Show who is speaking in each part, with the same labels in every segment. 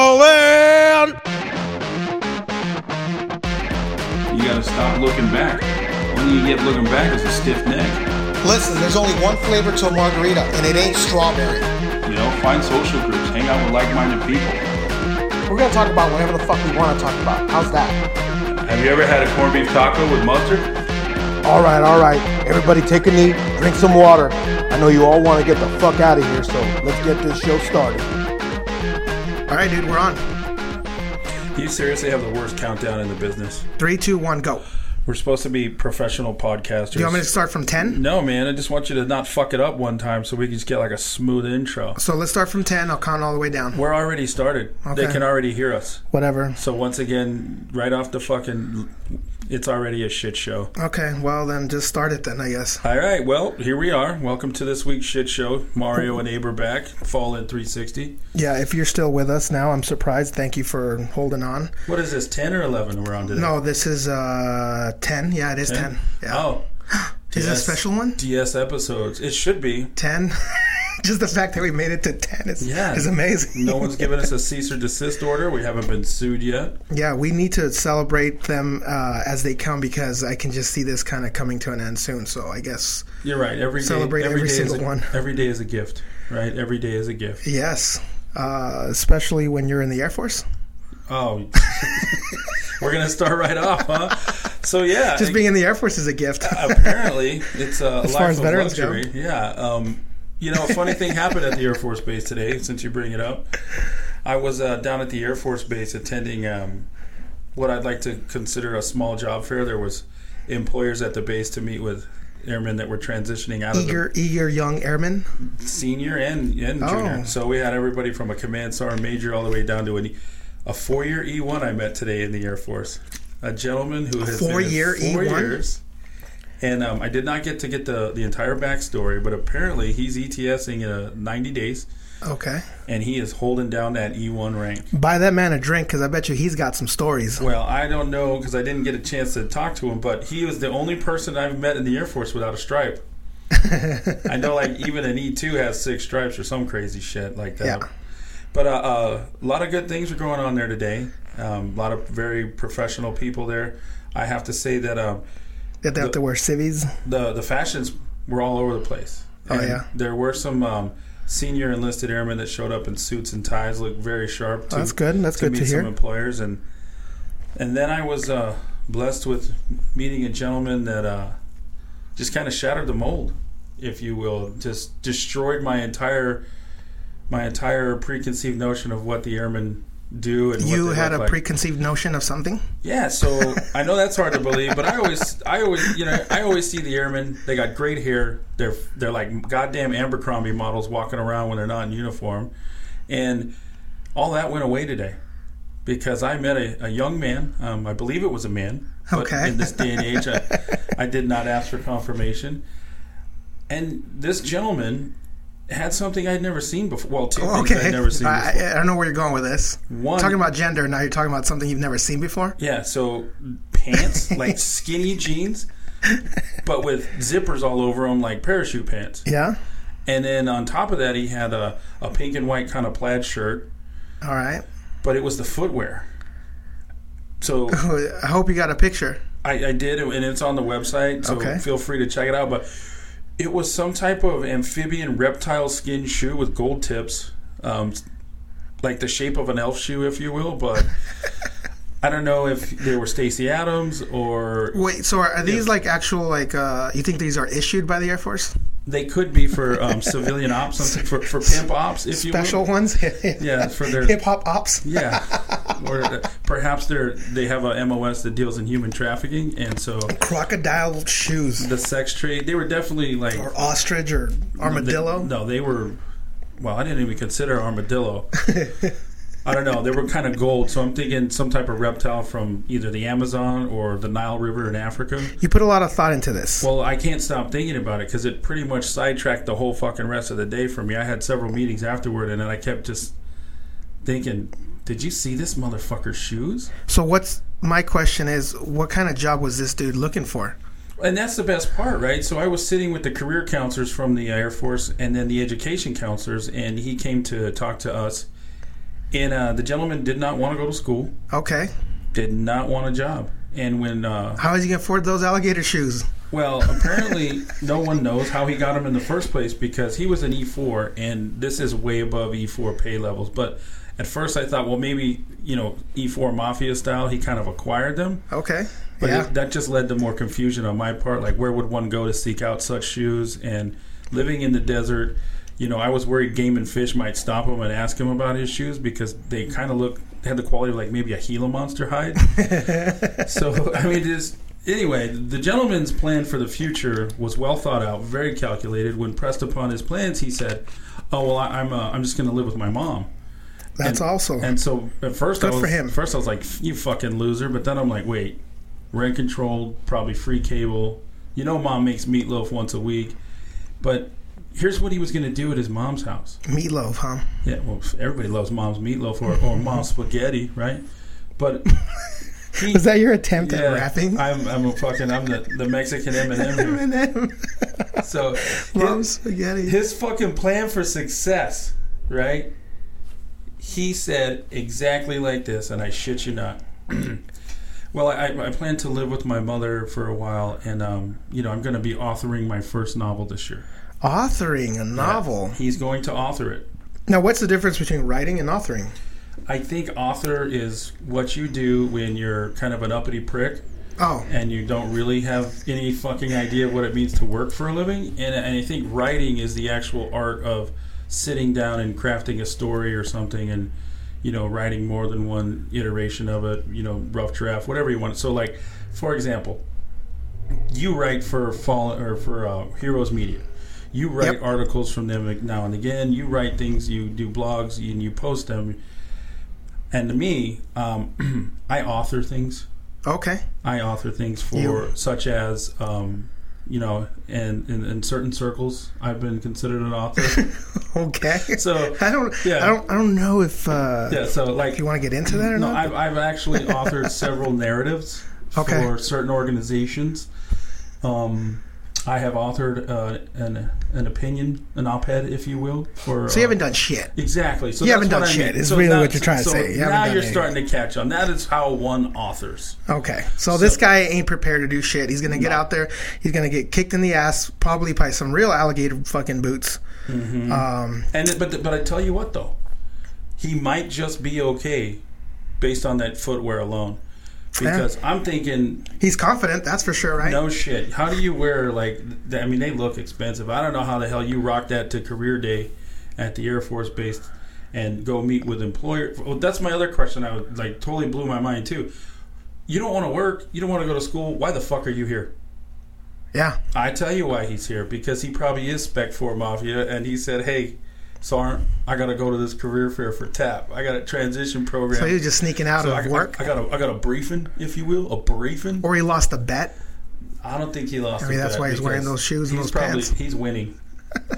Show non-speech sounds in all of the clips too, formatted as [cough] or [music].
Speaker 1: Falling!
Speaker 2: You gotta stop looking back. Only you get looking back is a stiff neck.
Speaker 3: Listen, there's only one flavor to a margarita, and it ain't strawberry.
Speaker 2: You know, find social groups, hang out with like-minded people.
Speaker 3: We're gonna talk about whatever the fuck we wanna talk about. How's that?
Speaker 2: Have you ever had a corned beef taco with mustard?
Speaker 4: All right, all right. Everybody take a knee, drink some water. I know you all want to get the fuck out of here, so let's get this show started.
Speaker 3: All right, dude, we're on.
Speaker 5: You seriously have the worst countdown in the business.
Speaker 3: Three, two, one, go.
Speaker 5: We're supposed to be professional podcasters.
Speaker 3: Do you want me to start from 10?
Speaker 5: no, man. I just want you to not fuck it up one time so we can just get like a smooth intro.
Speaker 3: So let's start from 10. I'll count all the way down.
Speaker 5: We're already started.
Speaker 3: Okay.
Speaker 5: They can already hear us.
Speaker 3: Whatever.
Speaker 5: So once again, right off the fucking, it's already a shit show.
Speaker 3: Okay, well, then just start it then, I guess.
Speaker 5: All right. Well, here we are. Welcome to this week's shit show. Mario and Aber back. Fall in 360.
Speaker 3: Yeah, if you're still with us now, I'm surprised. Thank you for holding on.
Speaker 5: What is this? 10 or 11 we're on today?
Speaker 3: No, this is uh 10. Yeah, it is 10. Yeah.
Speaker 5: Oh.
Speaker 3: is it a
Speaker 5: DS
Speaker 3: special one?
Speaker 5: DS episodes. It should be.
Speaker 3: 10. [laughs] just the fact that we made it to 10 is,
Speaker 5: Yeah.
Speaker 3: is amazing. [laughs]
Speaker 5: No one's given us a cease or desist order. We haven't been sued yet.
Speaker 3: Yeah, we need to celebrate them uh, as they come because I can just see this kind of coming to an end soon. So I guess
Speaker 5: You're right. Every day-
Speaker 3: Celebrate every
Speaker 5: day is
Speaker 3: single
Speaker 5: a-
Speaker 3: one.
Speaker 5: Every day is a gift, right? Every day is a
Speaker 3: [laughs]
Speaker 5: gift.
Speaker 3: yes, uh, especially when you're in the Air Force.
Speaker 5: Oh, [laughs] we're gonna start right off, huh? So yeah,
Speaker 3: Just being in the Air Force is a gift. [laughs]
Speaker 5: apparently it's a life
Speaker 3: As far as
Speaker 5: of
Speaker 3: veterans go.
Speaker 5: luxury. Yeah. Um, you know, a funny thing happened at the Air Force Base today. Since you bring it up, I was uh, down at the Air Force Base attending um, what I'd like to consider a small job fair. There was employers at the base to meet with airmen that were transitioning out of the
Speaker 3: eager, eager young airmen.
Speaker 5: senior and, and
Speaker 3: Oh.
Speaker 5: junior. So we had everybody from a command sergeant major all the way down to an, E- a four year E1 I met today in the Air Force. A gentleman who has
Speaker 3: four-year E
Speaker 5: been in four
Speaker 3: E1?
Speaker 5: years. And um, I did not get to get the, the entire backstory, but apparently he's ETSing uh, 90 days
Speaker 3: Okay,
Speaker 5: and he is holding down that E1 rank.
Speaker 3: buy that man a drink because I bet you he's got some stories.
Speaker 5: Well, I don't know because I didn't get a chance to talk to him, but he was the only person I've met in the Air Force without a stripe. I know, like even an E two has six stripes or some crazy shit like that.
Speaker 3: Yeah.
Speaker 5: But uh, uh, a lot of good things are going on there today. Um, a lot of very professional people there. I have to say that um,
Speaker 3: That they have to wear civvies.
Speaker 5: the the fashions were all over the place.
Speaker 3: Oh, yeah.
Speaker 5: there were some um, senior enlisted airmen that showed up in suits and ties, looked very sharp. To,
Speaker 3: Oh, That's good. That's
Speaker 5: to
Speaker 3: good
Speaker 5: meet
Speaker 3: to hear.
Speaker 5: some employers and and then I was uh, blessed with meeting a gentleman that uh, just kind of shattered the mold, if you will, just destroyed my entire my entire preconceived notion of what the airmen do and
Speaker 3: You
Speaker 5: what they
Speaker 3: had a
Speaker 5: look like.
Speaker 3: preconceived notion of something.
Speaker 5: Yeah, so I know that's hard to believe, but I always, I always, you know, I always see the airmen. They got great hair. They're they're like goddamn Abercrombie models walking around when they're not in uniform, and all that went away today because I met a, a young man. Um, I believe it was a man. But
Speaker 3: Okay.
Speaker 5: In this day and age, I, I did not ask for confirmation, and this gentleman had something I'd never seen before. Well, two things
Speaker 3: Okay,
Speaker 5: I'd never seen
Speaker 3: I,
Speaker 5: before.
Speaker 3: I- I don't know where you're going with this.
Speaker 5: One-
Speaker 3: talking about gender, now you're talking about something you've never seen before.
Speaker 5: Yeah, so pants, like skinny jeans, but with zippers all over them, like parachute pants.
Speaker 3: Yeah.
Speaker 5: And then on top of that, he had a, a pink and white kind of plaid shirt,
Speaker 3: All right. [laughs]
Speaker 5: but it was the footwear. So
Speaker 3: I hope you got a picture.
Speaker 5: I, I did, and it's on the website, so
Speaker 3: Okay.
Speaker 5: feel free to check it out. But it was some type of amphibian reptile skin shoe with gold tips, um, like the shape of an elf shoe, if you will, but. I don't know if they were Stacy Adams or
Speaker 3: Wait, so are, are these like actual like uh you think these are issued by the Air Force?
Speaker 5: They could be for
Speaker 3: [laughs]
Speaker 5: um, civilian ops, something for, for pimp ops, if you
Speaker 3: Special
Speaker 5: will.
Speaker 3: ones? [laughs]
Speaker 5: Yeah, for their
Speaker 3: Hip hop
Speaker 5: [laughs]
Speaker 3: ops?
Speaker 5: yeah, or uh, perhaps they're they have a MOS that deals in human trafficking, and so
Speaker 3: Crocodile shoes.
Speaker 5: the sex trade. They were definitely like
Speaker 3: Or ostrich or armadillo?
Speaker 5: They, no, they were. Well, I didn't even consider
Speaker 3: [laughs]
Speaker 5: armadillo. I don't know. They were kind of gold, so I'm thinking some type of reptile from either the Amazon or the Nile River in Africa.
Speaker 3: You put a lot of thought into this.
Speaker 5: Well, I can't stop thinking about it because it pretty much sidetracked the whole fucking rest of the day for me. I had several meetings afterward, and then I kept just thinking, "Did you see this motherfucker's shoes?"
Speaker 3: so what's my question is what kind of job was this dude looking for?
Speaker 5: And that's the best part, right? So I was sitting with the career counselors from the Air Force, and then the education counselors, and he came to talk to us. And uh, the gentleman did not want to go to school,
Speaker 3: Okay.
Speaker 5: did not want a job. And when, uh,
Speaker 3: How is he gonna afford those alligator shoes?
Speaker 5: well, apparently no one knows how he got him in the first place because he was an E4, and this is way above E4 pay levels. But at first I thought, well, maybe, you know, E4 mafia style, he kind of acquired them.
Speaker 3: Okay.
Speaker 5: But
Speaker 3: yeah.
Speaker 5: it, that just led to more confusion on my part. Like, where would one go to seek out such shoes? And living in the desert, you know, I was worried game and fish might stop him and ask him about his shoes because they kind of look they had the quality of like maybe a Gila monster hide. so I mean, just anyway, the gentleman's plan for the future was well thought out, very calculated. When pressed upon his plans, he said, "Oh well, I, I'm uh, I'm just going to live with my mom."
Speaker 3: That's
Speaker 5: and-
Speaker 3: also
Speaker 5: And so at first, I
Speaker 3: Good
Speaker 5: was,
Speaker 3: for him.
Speaker 5: First, I was like, "You fucking loser!" But then I'm like, "Wait, rent controlled, probably free cable. You know, mom makes meatloaf once a week." But here's what he was going to do at his mom's house.
Speaker 3: meatloaf, [laughs] huh?
Speaker 5: Yeah, well, everybody loves mom's meatloaf or,
Speaker 3: [laughs]
Speaker 5: or mom's spaghetti, right? But
Speaker 3: [laughs]
Speaker 5: he,
Speaker 3: Was that your attempt at [laughs] rapping?
Speaker 5: I'm, I'm a fucking I'm the, the Mexican
Speaker 3: [laughs]
Speaker 5: Eminem. Here. So
Speaker 3: Love
Speaker 5: his,
Speaker 3: spaghetti.
Speaker 5: his fucking plan for success, right? He said exactly like this, and I shit you not. [clears throat] well, I, I plan to live with my mother for a while, and um, you know I'm going to be authoring my first novel this year.
Speaker 3: Authoring a novel.
Speaker 5: He's going to author it.
Speaker 3: Now, what's the difference between writing and authoring?
Speaker 5: I think author is what you do when you're kind of an uppity prick
Speaker 3: Oh,
Speaker 5: and you don't really have any fucking idea of what it means to work for a living. And, and I think writing is the actual art of sitting down and crafting a story or something and, you know, writing more than one iteration of it, you know, rough draft, whatever you want. So, like, for example, you write for Fallen or for uh, Heroes Media. You write
Speaker 3: Yep.
Speaker 5: articles from them now and again. You write things, you do blogs, and you post them. And to me, um, [clears throat] I author things.
Speaker 3: okay. [laughs]
Speaker 5: I author things for
Speaker 3: You-
Speaker 5: such as um, you know, and in, in certain circles, I've been considered an
Speaker 3: [laughs]
Speaker 5: author.
Speaker 3: Okay.
Speaker 5: So
Speaker 3: I don't.
Speaker 5: yeah.
Speaker 3: I don't. I don't know if. Uh,
Speaker 5: yeah, so like
Speaker 3: If you want to get into that or
Speaker 5: no,
Speaker 3: not?
Speaker 5: I've, I've
Speaker 3: [laughs]
Speaker 5: actually authored several narratives
Speaker 3: Okay.
Speaker 5: for certain organizations. Um, I have authored uh, an an opinion, an op-ed, if you will. For
Speaker 3: so you
Speaker 5: uh,
Speaker 3: haven't done shit.
Speaker 5: exactly. So
Speaker 3: you
Speaker 5: that's
Speaker 3: haven't done
Speaker 5: what I
Speaker 3: shit,
Speaker 5: mean.
Speaker 3: is
Speaker 5: So
Speaker 3: really
Speaker 5: now-
Speaker 3: what you're trying to
Speaker 5: so
Speaker 3: say. You haven't
Speaker 5: now
Speaker 3: done
Speaker 5: you're
Speaker 3: anything.
Speaker 5: starting to catch on. That is how one authors.
Speaker 3: Okay. So, this guy ain't prepared to do shit. He's gonna get
Speaker 5: No.
Speaker 3: out there. He's gonna get kicked in the ass, probably by some real alligator fucking boots.
Speaker 5: Mm-hmm.
Speaker 3: Um,
Speaker 5: And it- but the- but I tell you what though, he might just be okay based on that footwear alone. Because I'm thinking,
Speaker 3: he's confident, that's for sure, right?
Speaker 5: no shit. How do you wear like? th- I mean, they look expensive. I don't know how the hell you rock that to career day at the Air Force base and go meet with employer. Well, that's my other question. I was like totally blew my mind too. You don't want to work. You don't want to go to school. Why the fuck are you here?
Speaker 3: Yeah.
Speaker 5: I tell you why he's here because he probably is spec for mafia, and he said, "Hey, Sergeant, I got to go to this career fair for TAP. I got a transition program.
Speaker 3: So he was just sneaking out
Speaker 5: So
Speaker 3: of
Speaker 5: I,
Speaker 3: work,
Speaker 5: I, I got a I got a briefing, if you will, a briefing.
Speaker 3: or he lost a bet.
Speaker 5: I don't think he lost.
Speaker 3: I mean,
Speaker 5: the
Speaker 3: that's
Speaker 5: bet
Speaker 3: why he's wearing
Speaker 5: because
Speaker 3: those shoes and
Speaker 5: he's
Speaker 3: those
Speaker 5: probably,
Speaker 3: pants.
Speaker 5: He's
Speaker 3: [laughs]
Speaker 5: winning.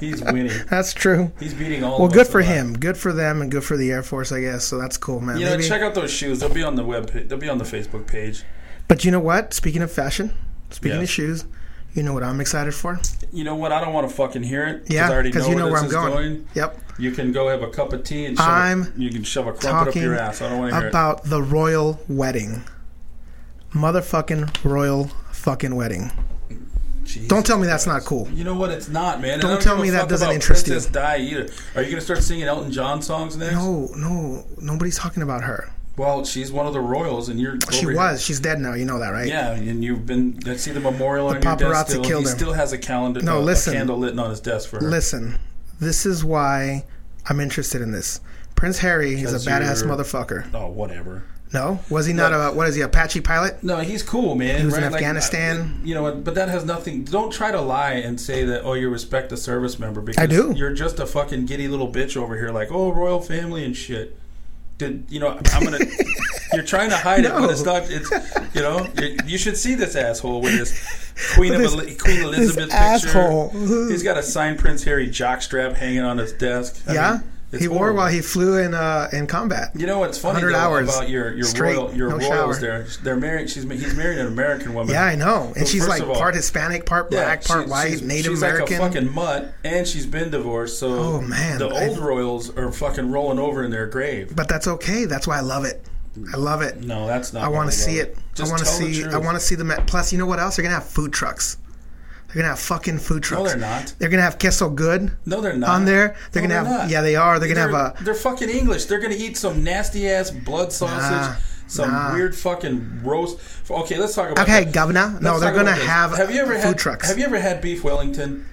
Speaker 5: He's winning.
Speaker 3: That's true.
Speaker 5: He's beating all.
Speaker 3: Well,
Speaker 5: of
Speaker 3: good
Speaker 5: us
Speaker 3: for
Speaker 5: alive.
Speaker 3: him. Good for them, and good for the Air Force, I guess. So that's cool, man.
Speaker 5: You know,
Speaker 3: Maybe-
Speaker 5: check out those shoes. They'll be on the web. pa- They'll be on the Facebook page.
Speaker 3: but you know what? Speaking of fashion, speaking
Speaker 5: Yeah.
Speaker 3: of shoes, you know what I'm excited for?
Speaker 5: You know what? I don't want to fucking hear it. I
Speaker 3: Yeah,
Speaker 5: already
Speaker 3: because
Speaker 5: know
Speaker 3: you know
Speaker 5: this
Speaker 3: where I'm
Speaker 5: is
Speaker 3: going.
Speaker 5: going.
Speaker 3: Yep.
Speaker 5: You can go have a cup of tea and shove
Speaker 3: I'm
Speaker 5: a, you can shove a crumpet up
Speaker 3: Talking
Speaker 5: your ass. I don't want to hear it.
Speaker 3: about the royal wedding, motherfucking royal fucking wedding.
Speaker 5: Jesus
Speaker 3: Don't tell me that's not cool.
Speaker 5: You know what? It's not, man. And
Speaker 3: Don't
Speaker 5: I
Speaker 3: tell
Speaker 5: give a
Speaker 3: me that
Speaker 5: fuck
Speaker 3: doesn't
Speaker 5: about
Speaker 3: interest you.
Speaker 5: Princess Di either. Are you going to start singing Elton John songs next?
Speaker 3: No, no, nobody's talking about her.
Speaker 5: Well, she's one of the royals, and you're.
Speaker 3: She
Speaker 5: over
Speaker 3: was. She's dead now. You know that, right?
Speaker 5: Here. Yeah, and you've been. I see the memorial on your
Speaker 3: paparazzi
Speaker 5: desk. Still.
Speaker 3: killed
Speaker 5: he
Speaker 3: him.
Speaker 5: still has a calendar.
Speaker 3: No,
Speaker 5: a-
Speaker 3: listen.
Speaker 5: A candle lit on his desk for her.
Speaker 3: Listen, this is why I'm interested in this. Prince Harry is a
Speaker 5: Because
Speaker 3: badass
Speaker 5: you're-
Speaker 3: motherfucker.
Speaker 5: Oh, whatever.
Speaker 3: No, was he not
Speaker 5: No.
Speaker 3: a what is he Apache pilot?
Speaker 5: No, he's cool, man.
Speaker 3: He was in
Speaker 5: right? Like,
Speaker 3: Afghanistan.
Speaker 5: I- you know, but that has nothing. Don't try to lie and say that. Oh, you respect a service member because
Speaker 3: I do.
Speaker 5: You're just a fucking giddy little bitch over here, like oh, royal family and shit. Did you know? I'm
Speaker 3: [laughs]
Speaker 5: gonna. you're trying to hide it,
Speaker 3: No.
Speaker 5: but it's not. It's you know. You, you should see this asshole with
Speaker 3: [laughs]
Speaker 5: this Queen of
Speaker 3: This-
Speaker 5: Eli- Queen Elizabeth picture.
Speaker 3: asshole.
Speaker 5: He's got a signed Prince Harry jockstrap hanging on his desk. I
Speaker 3: Yeah?
Speaker 5: mean, It's
Speaker 3: he wore
Speaker 5: horrible.
Speaker 3: while he flew in uh, in combat.
Speaker 5: You know what's funny
Speaker 3: 100
Speaker 5: though,
Speaker 3: hours
Speaker 5: about your your
Speaker 3: straight,
Speaker 5: royal your
Speaker 3: no
Speaker 5: royals
Speaker 3: shower.
Speaker 5: there? They're married. She's ma- he's married an American woman.
Speaker 3: Yeah, I know. And
Speaker 5: Well,
Speaker 3: she's
Speaker 5: first
Speaker 3: like
Speaker 5: of all-
Speaker 3: part Hispanic, part
Speaker 5: Yeah,
Speaker 3: black, part
Speaker 5: she-
Speaker 3: white,
Speaker 5: she's-
Speaker 3: Native
Speaker 5: she's
Speaker 3: American.
Speaker 5: like a fucking mutt, and she's been divorced. So
Speaker 3: Oh, man,
Speaker 5: the
Speaker 3: I-
Speaker 5: old royals are fucking rolling over in their grave.
Speaker 3: but that's okay. That's why I love it. I love it.
Speaker 5: No, that's not.
Speaker 3: I
Speaker 5: what
Speaker 3: want to
Speaker 5: love.
Speaker 3: see it.
Speaker 5: Just
Speaker 3: I want to
Speaker 5: tell the
Speaker 3: see.
Speaker 5: truth.
Speaker 3: I want to see the Met. Plus, you know what else? They're gonna have food trucks. They're gonna have fucking food trucks.
Speaker 5: they're not.
Speaker 3: They're gonna have queso good.
Speaker 5: No, they're not
Speaker 3: on there. They're
Speaker 5: No,
Speaker 3: gonna have.
Speaker 5: not.
Speaker 3: Yeah, they are. They're gonna have a.
Speaker 5: They're fucking English. They're gonna eat some nasty ass blood sausage,
Speaker 3: Nah,
Speaker 5: some
Speaker 3: nah.
Speaker 5: weird fucking roast. Okay, let's talk about.
Speaker 3: Okay,
Speaker 5: that.
Speaker 3: governor. No,
Speaker 5: Let's
Speaker 3: they're
Speaker 5: talk about
Speaker 3: gonna
Speaker 5: this.
Speaker 3: have
Speaker 5: you ever
Speaker 3: food
Speaker 5: had,
Speaker 3: trucks.
Speaker 5: Have you ever had beef Wellington?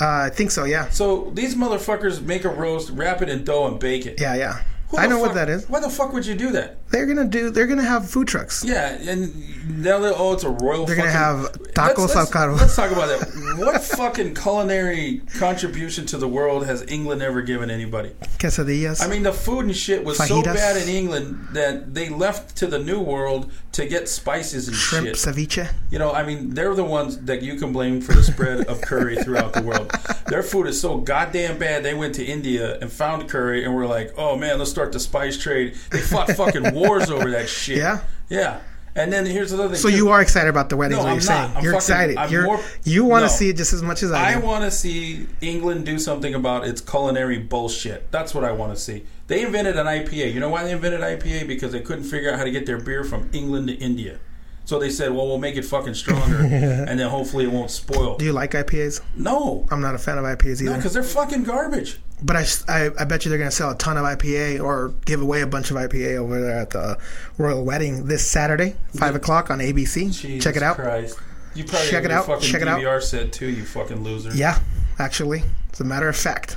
Speaker 3: Uh, I think so. Yeah.
Speaker 5: So these motherfuckers make a roast, wrap it in dough, and bake it.
Speaker 3: Yeah, yeah.
Speaker 5: Who
Speaker 3: I
Speaker 5: the
Speaker 3: know what
Speaker 5: fuck-
Speaker 3: that is.
Speaker 5: Why the fuck would you do that?
Speaker 3: They're gonna do. They're gonna have food trucks.
Speaker 5: Yeah, and now that oh, it's a royal.
Speaker 3: They're gonna
Speaker 5: fucking-
Speaker 3: have tacos
Speaker 5: let's,
Speaker 3: al carbon.
Speaker 5: Let's talk about that. What fucking culinary contribution to the world has England ever given anybody?
Speaker 3: Quesadillas.
Speaker 5: I mean, the food and shit was so
Speaker 3: Fajitas.
Speaker 5: bad in England that they left to the New World to get spices and
Speaker 3: shrimp
Speaker 5: shit.
Speaker 3: ceviche.
Speaker 5: You know, I mean, they're the ones that you can blame for the spread of curry throughout the world. Their food is so goddamn bad. They went to India and found curry, and were like, "Oh man, let's start the spice trade." They
Speaker 3: [laughs]
Speaker 5: fought fucking wars over that shit.
Speaker 3: Yeah.
Speaker 5: yeah. And then here's another thing.
Speaker 3: So
Speaker 5: too.
Speaker 3: you are excited about the wedding?
Speaker 5: No,
Speaker 3: is what
Speaker 5: I'm
Speaker 3: you're
Speaker 5: not. I'm fucking-
Speaker 3: saying you're excited.
Speaker 5: I'm
Speaker 3: you're
Speaker 5: more-
Speaker 3: you want to
Speaker 5: No.
Speaker 3: see it just as much as I
Speaker 5: I
Speaker 3: do.
Speaker 5: want to see England do something about its culinary bullshit. That's what I want to see. They invented an IPA. You know why they invented IPA? Because they couldn't figure out how to get their beer from England to India. So they said, well, we'll make it fucking
Speaker 3: [laughs]
Speaker 5: stronger, and then hopefully it won't spoil.
Speaker 3: do you like IPAs?
Speaker 5: No.
Speaker 3: I'm not a fan of IPAs either.
Speaker 5: No, because they're fucking garbage.
Speaker 3: But I, s- I- I bet you they're going to sell a ton of IPA or give away a bunch of IPA over there at the Royal Wedding this Saturday, 5 o'clock on ABC.
Speaker 5: Jesus
Speaker 3: Check it out.
Speaker 5: Christ. You probably have
Speaker 3: Check it
Speaker 5: your
Speaker 3: out.
Speaker 5: fucking
Speaker 3: Check it out.
Speaker 5: DVR set too, you fucking loser.
Speaker 3: Yeah, actually. It's a matter of fact.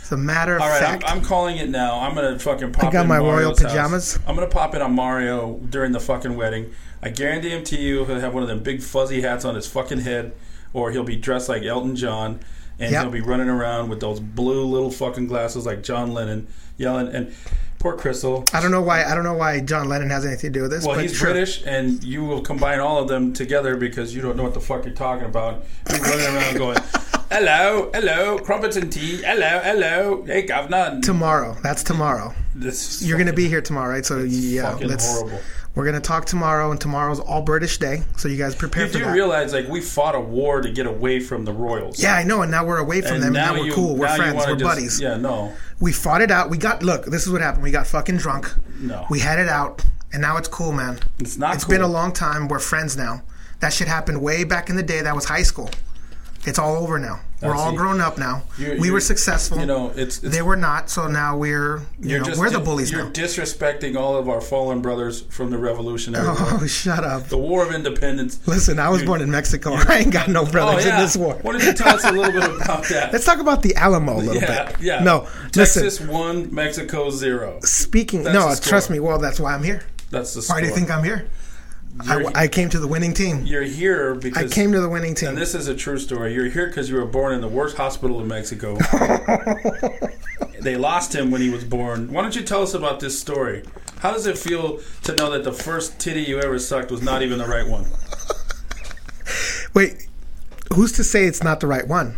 Speaker 3: It's a matter of
Speaker 5: All right, I'm,
Speaker 3: fact.
Speaker 5: I'm calling it now. I'm gonna fucking pop.
Speaker 3: I got
Speaker 5: in
Speaker 3: my royal
Speaker 5: Mario's house.
Speaker 3: pajamas.
Speaker 5: I'm gonna pop in on Mario during the fucking wedding. I guarantee him to you, he'll have one of them big fuzzy hats on his fucking head, or he'll be dressed like Elton John, and
Speaker 3: Yep.
Speaker 5: he'll be running around with those blue little fucking glasses like John Lennon, yelling. And poor Crystal.
Speaker 3: I don't know why I don't know why John Lennon has anything to do with this.
Speaker 5: Well,
Speaker 3: but
Speaker 5: he's
Speaker 3: sure.
Speaker 5: British, and you will combine all of them together because you don't know what the fuck you're talking about. You're running around
Speaker 3: [laughs]
Speaker 5: going, "Hello, hello, crumpets and tea. Hello, hello, hey, governor."
Speaker 3: Tomorrow. That's tomorrow.
Speaker 5: This
Speaker 3: You're going to be here tomorrow, right? So yeah,
Speaker 5: fucking
Speaker 3: let's
Speaker 5: horrible.
Speaker 3: We're going to talk tomorrow and tomorrow's all British day, so you guys prepare
Speaker 5: You
Speaker 3: for
Speaker 5: do
Speaker 3: that.
Speaker 5: realize, like, we fought a war to get away from the Royals.
Speaker 3: yeah, I know, and now we're away from them. and now we're
Speaker 5: you-
Speaker 3: cool. We're
Speaker 5: now you
Speaker 3: friends.
Speaker 5: wanna
Speaker 3: We're
Speaker 5: just-
Speaker 3: buddies.
Speaker 5: Yeah, no.
Speaker 3: We fought it out. We got look. This is what happened. We got fucking drunk.
Speaker 5: No.
Speaker 3: We had it out, and now it's cool, man.
Speaker 5: It's not
Speaker 3: It's
Speaker 5: cool.
Speaker 3: been a long time. We're friends now. That shit happened way back in the day. That was high school. It's all over now. we're
Speaker 5: Oh,
Speaker 3: all
Speaker 5: see.
Speaker 3: grown up now.
Speaker 5: You-
Speaker 3: we
Speaker 5: you-
Speaker 3: were successful.
Speaker 5: You know, it's. it's
Speaker 3: they were not. So now we're you
Speaker 5: you're
Speaker 3: know
Speaker 5: just-
Speaker 3: we're the bullies
Speaker 5: You're
Speaker 3: now.
Speaker 5: disrespecting all of our fallen brothers from the
Speaker 3: [laughs]
Speaker 5: Revolutionary War.
Speaker 3: [laughs] oh, shut up.
Speaker 5: The War of Independence.
Speaker 3: Listen, I was
Speaker 5: You-
Speaker 3: born in Mexico. [laughs] I ain't got no
Speaker 5: Oh,
Speaker 3: brothers
Speaker 5: yeah.
Speaker 3: in this war.
Speaker 5: Why don't you tell us a little bit
Speaker 3: [laughs]
Speaker 5: about that?
Speaker 3: Let's talk about the Alamo a little
Speaker 5: yeah,
Speaker 3: bit.
Speaker 5: yeah.
Speaker 3: No, listen.
Speaker 5: Texas one, Mexico zero.
Speaker 3: Speaking,
Speaker 5: That's
Speaker 3: no,
Speaker 5: the score.
Speaker 3: trust me. Well, that's why I'm here.
Speaker 5: That's the score.
Speaker 3: Why do you think I'm here? I,
Speaker 5: You're-
Speaker 3: I came to the winning team.
Speaker 5: You're here because
Speaker 3: I came to the winning team.
Speaker 5: And this is a true story. You're here because you were born in the worst hospital in
Speaker 3: [laughs]
Speaker 5: Mexico. they lost him when he was born. Why don't you tell us about this story? How does it feel to know that the first titty you ever sucked was not even the right one?
Speaker 3: Wait, who's to say it's not the right one?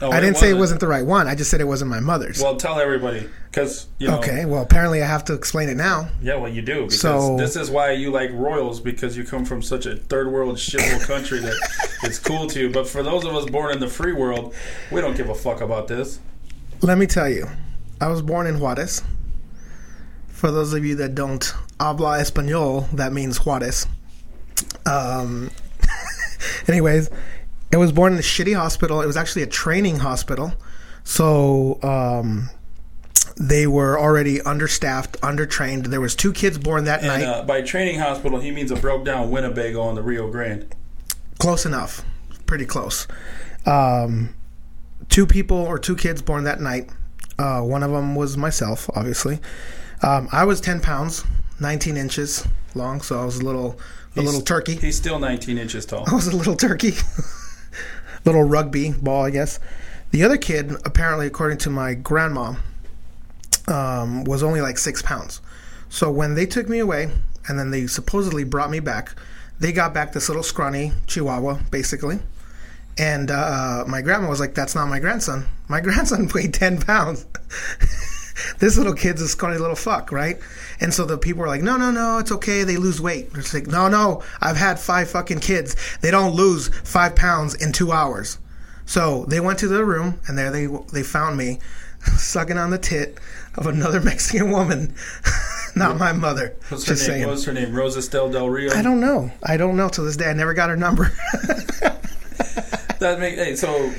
Speaker 5: Oh,
Speaker 3: I didn't say it wasn't the right one. I just said it wasn't my mother's.
Speaker 5: Well, tell everybody because you know.
Speaker 3: okay, well, apparently I have to explain it now.
Speaker 5: Yeah, well, you do. Because
Speaker 3: So-
Speaker 5: this is why you like royals because you come from such a third world shithole country
Speaker 3: [laughs]
Speaker 5: that it's cool to you. But for those of us born in the free world, we don't give a fuck about this.
Speaker 3: Let me tell you, I was born in Juarez. For those of you that don't habla español, that means Juarez. Um, [laughs] anyways, I was born in a shitty hospital. It was actually a training hospital. So um, they were already understaffed, undertrained. There was two kids born that
Speaker 5: And
Speaker 3: night.
Speaker 5: uh, by training hospital, he means a broke down Winnebago on the Rio Grande.
Speaker 3: close enough, pretty close. Um, two people or two kids born that night. Uh, one of them was myself, obviously. Um, I was ten pounds, nineteen inches long, so I was a little, a little turkey.
Speaker 5: He's still 19 inches tall.
Speaker 3: I was a little turkey, [laughs] little rugby ball, I guess. The other kid, apparently, according to my grandma, um, was only like six pounds. So when they took me away and then they supposedly brought me back, they got back this little scrawny chihuahua, basically. And uh, my grandma was like, "That's not my grandson. My [laughs] grandson weighed ten pounds. [laughs] this little kid's a scrawny little fuck, right?" And so the people were like, "No, no, no, it's okay. They lose weight." It's like, "No, no, I've had five fucking kids. They don't lose five pounds in two hours." So they went to their room, and there they they found me [laughs] sucking on the tit of another [laughs] Mexican woman, not my mother.
Speaker 5: What's her
Speaker 3: just
Speaker 5: name?
Speaker 3: saying.
Speaker 5: What was her name? Rose Estelle Del Rio.
Speaker 3: I don't know. I don't know to this day. I never got her number. [laughs]
Speaker 5: That make hey. So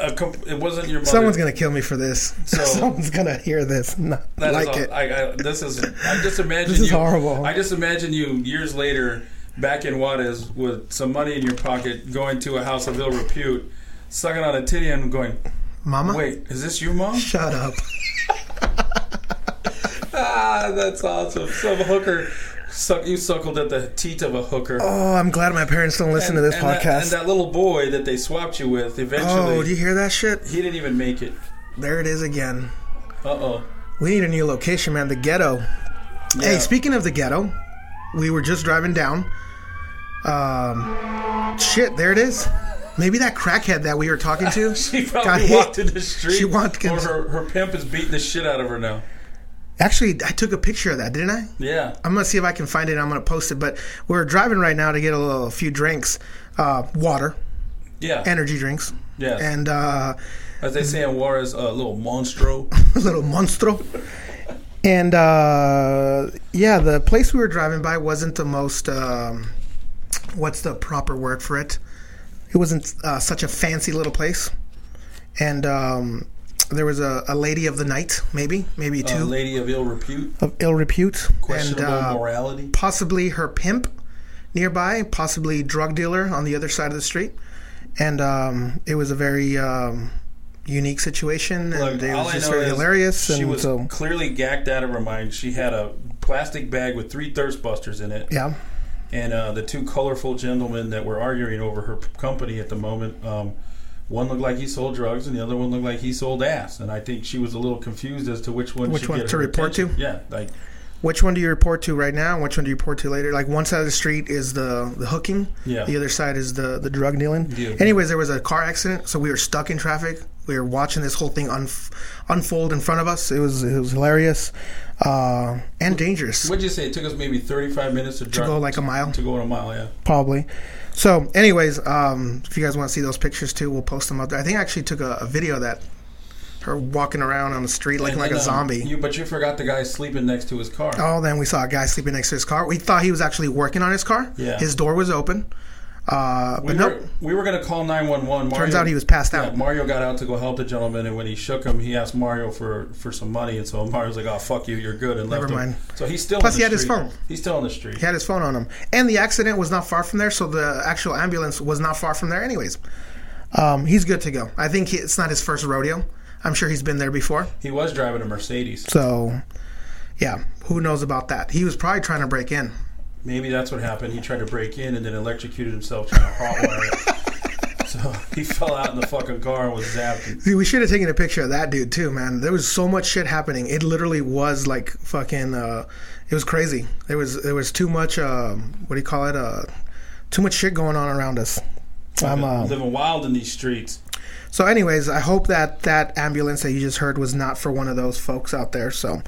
Speaker 5: a comp- it wasn't your mother.
Speaker 3: Someone's gonna kill me for this. [laughs]
Speaker 5: So-
Speaker 3: Someone's gonna hear this. and Not
Speaker 5: That is
Speaker 3: like
Speaker 5: all-
Speaker 3: it.
Speaker 5: I, I, this is. I
Speaker 3: [laughs]
Speaker 5: just imagine.
Speaker 3: This is
Speaker 5: you,
Speaker 3: horrible.
Speaker 5: I just imagine you years later, back in Juarez, with some money in your pocket, going to a house of ill repute, sucking on a titty, and going,
Speaker 3: Mama,
Speaker 5: "Wait, is this you,
Speaker 3: [laughs]
Speaker 5: mom?"
Speaker 3: shut up.
Speaker 5: Ah, that's awesome. Some hooker, suck, you suckled at the teat of a hooker.
Speaker 3: Oh, I'm glad my parents don't listen to this
Speaker 5: and That,
Speaker 3: podcast.
Speaker 5: and uh, that little boy that they swapped you with, eventually,
Speaker 3: oh, do you hear that shit?
Speaker 5: he didn't even make it.
Speaker 3: There it is again.
Speaker 5: Uh oh.
Speaker 3: We need a new location, man. The ghetto. Hey, speaking of the ghetto, we were just driving down. Um, shit, there it is. Maybe that crackhead that we were talking
Speaker 5: [laughs] [laughs]
Speaker 3: to.
Speaker 5: She
Speaker 3: got
Speaker 5: probably
Speaker 3: hit.
Speaker 5: walked in the street.
Speaker 3: She walked.
Speaker 5: or her, her pimp is beating the shit out of her now.
Speaker 3: Actually, I took a picture of that, didn't I?
Speaker 5: Yeah.
Speaker 3: I'm gonna see if I can find it. I'm gonna post it. But we're driving right now to get a, little, a few drinks, uh, water,
Speaker 5: Yeah.
Speaker 3: energy drinks,
Speaker 5: Yes.
Speaker 3: and uh, [laughs]
Speaker 5: As they say in Juarez, a little monstro.
Speaker 3: a little monstro. And uh, yeah, the place we were driving by wasn't the most. Um, what's the proper word for it? It wasn't uh, such a fancy little place, and um, there was a, a lady of the night, maybe, maybe
Speaker 5: A
Speaker 3: two,
Speaker 5: lady of ill repute,
Speaker 3: of ill repute, and
Speaker 5: questionable
Speaker 3: uh,
Speaker 5: morality.
Speaker 3: possibly her pimp nearby, possibly drug dealer on the other side of the street, and um, it was a very um, unique situation, and
Speaker 5: Look,
Speaker 3: it
Speaker 5: all
Speaker 3: was
Speaker 5: I
Speaker 3: just
Speaker 5: know
Speaker 3: very
Speaker 5: is
Speaker 3: hilarious.
Speaker 5: She
Speaker 3: And
Speaker 5: was
Speaker 3: so,
Speaker 5: clearly gacked out of her mind. She had a plastic bag with three thirst busters in it,
Speaker 3: yeah,
Speaker 5: and uh, the two colorful gentlemen that were arguing over her p- company at the moment. Um, one looked like he sold drugs, and the other one looked like he sold ass. And I think she was a little confused as to which one.
Speaker 3: Which
Speaker 5: should
Speaker 3: one
Speaker 5: get
Speaker 3: to
Speaker 5: her
Speaker 3: report
Speaker 5: attention.
Speaker 3: to?
Speaker 5: Yeah, like
Speaker 3: which one do you report to right now? and Which one do you report to later? Like one side of the street is the the hooking,
Speaker 5: Yeah.
Speaker 3: the other side is the the drug dealing.
Speaker 5: Yeah.
Speaker 3: Anyways, there was a car accident, so we were stuck in traffic. We were watching this whole thing unf- unfold in front of us. It was it was hilarious uh, and dangerous.
Speaker 5: what'd you say? It took us maybe thirty-five minutes to,
Speaker 3: to go like a mile.
Speaker 5: to go in a mile. Yeah.
Speaker 3: probably. So, anyways, um, if you guys want to see those pictures too, we'll post them up there. I think I actually took a, a video of that her walking around on the street looking like
Speaker 5: And
Speaker 3: a
Speaker 5: then, um,
Speaker 3: zombie.
Speaker 5: You, but you forgot the guy sleeping next to his car.
Speaker 3: Oh, then we saw a guy sleeping next to his car. We thought he was actually working on his car.
Speaker 5: Yeah.
Speaker 3: His door was open, uh,
Speaker 5: We
Speaker 3: but
Speaker 5: were,
Speaker 3: nope.
Speaker 5: we were going to call 911. Mario,
Speaker 3: Turns out he was passed
Speaker 5: Yeah,
Speaker 3: out.
Speaker 5: Mario got out to go help the gentleman, and when he shook him, he asked Mario for, for some money, and so Mario's like, oh, fuck you, you're good, and left
Speaker 3: Never
Speaker 5: him.
Speaker 3: mind.
Speaker 5: So he's still
Speaker 3: Plus
Speaker 5: in
Speaker 3: he
Speaker 5: the
Speaker 3: had his
Speaker 5: street.
Speaker 3: phone.
Speaker 5: He's still on the street.
Speaker 3: He had his phone on him, and the accident was not far from there. So the actual ambulance was not far from there, anyways. Um, he's good to go. I think he, it's not his first rodeo. I'm sure he's been there before.
Speaker 5: He was driving a Mercedes.
Speaker 3: So, yeah, who knows about that? He was probably trying to break in.
Speaker 5: Maybe that's what happened. He tried to break in and then electrocuted himself trying to hotwire
Speaker 3: [laughs]
Speaker 5: it. So he fell out in the fucking car and was zapped.
Speaker 3: Dude, we should have taken a picture of that dude too, man. There was so much shit happening. It literally was like fucking. Uh, it was crazy. There was there was too much. Um, what do you call it? Uh, too much shit going on around us. I'm, uh,
Speaker 5: living wild in these streets.
Speaker 3: so, anyways, I hope that that ambulance that you just heard was not for one of those folks out there. So,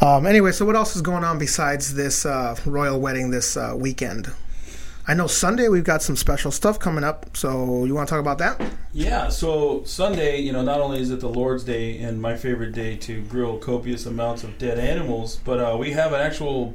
Speaker 3: um, anyway, so what else is going on besides this uh, royal wedding this uh, weekend? I know Sunday we've got some special stuff coming up. So, you want to talk about that?
Speaker 5: Yeah, so Sunday, you know, not only is it the Lord's Day and my favorite day to grill copious amounts of dead animals, but uh, we have an actual,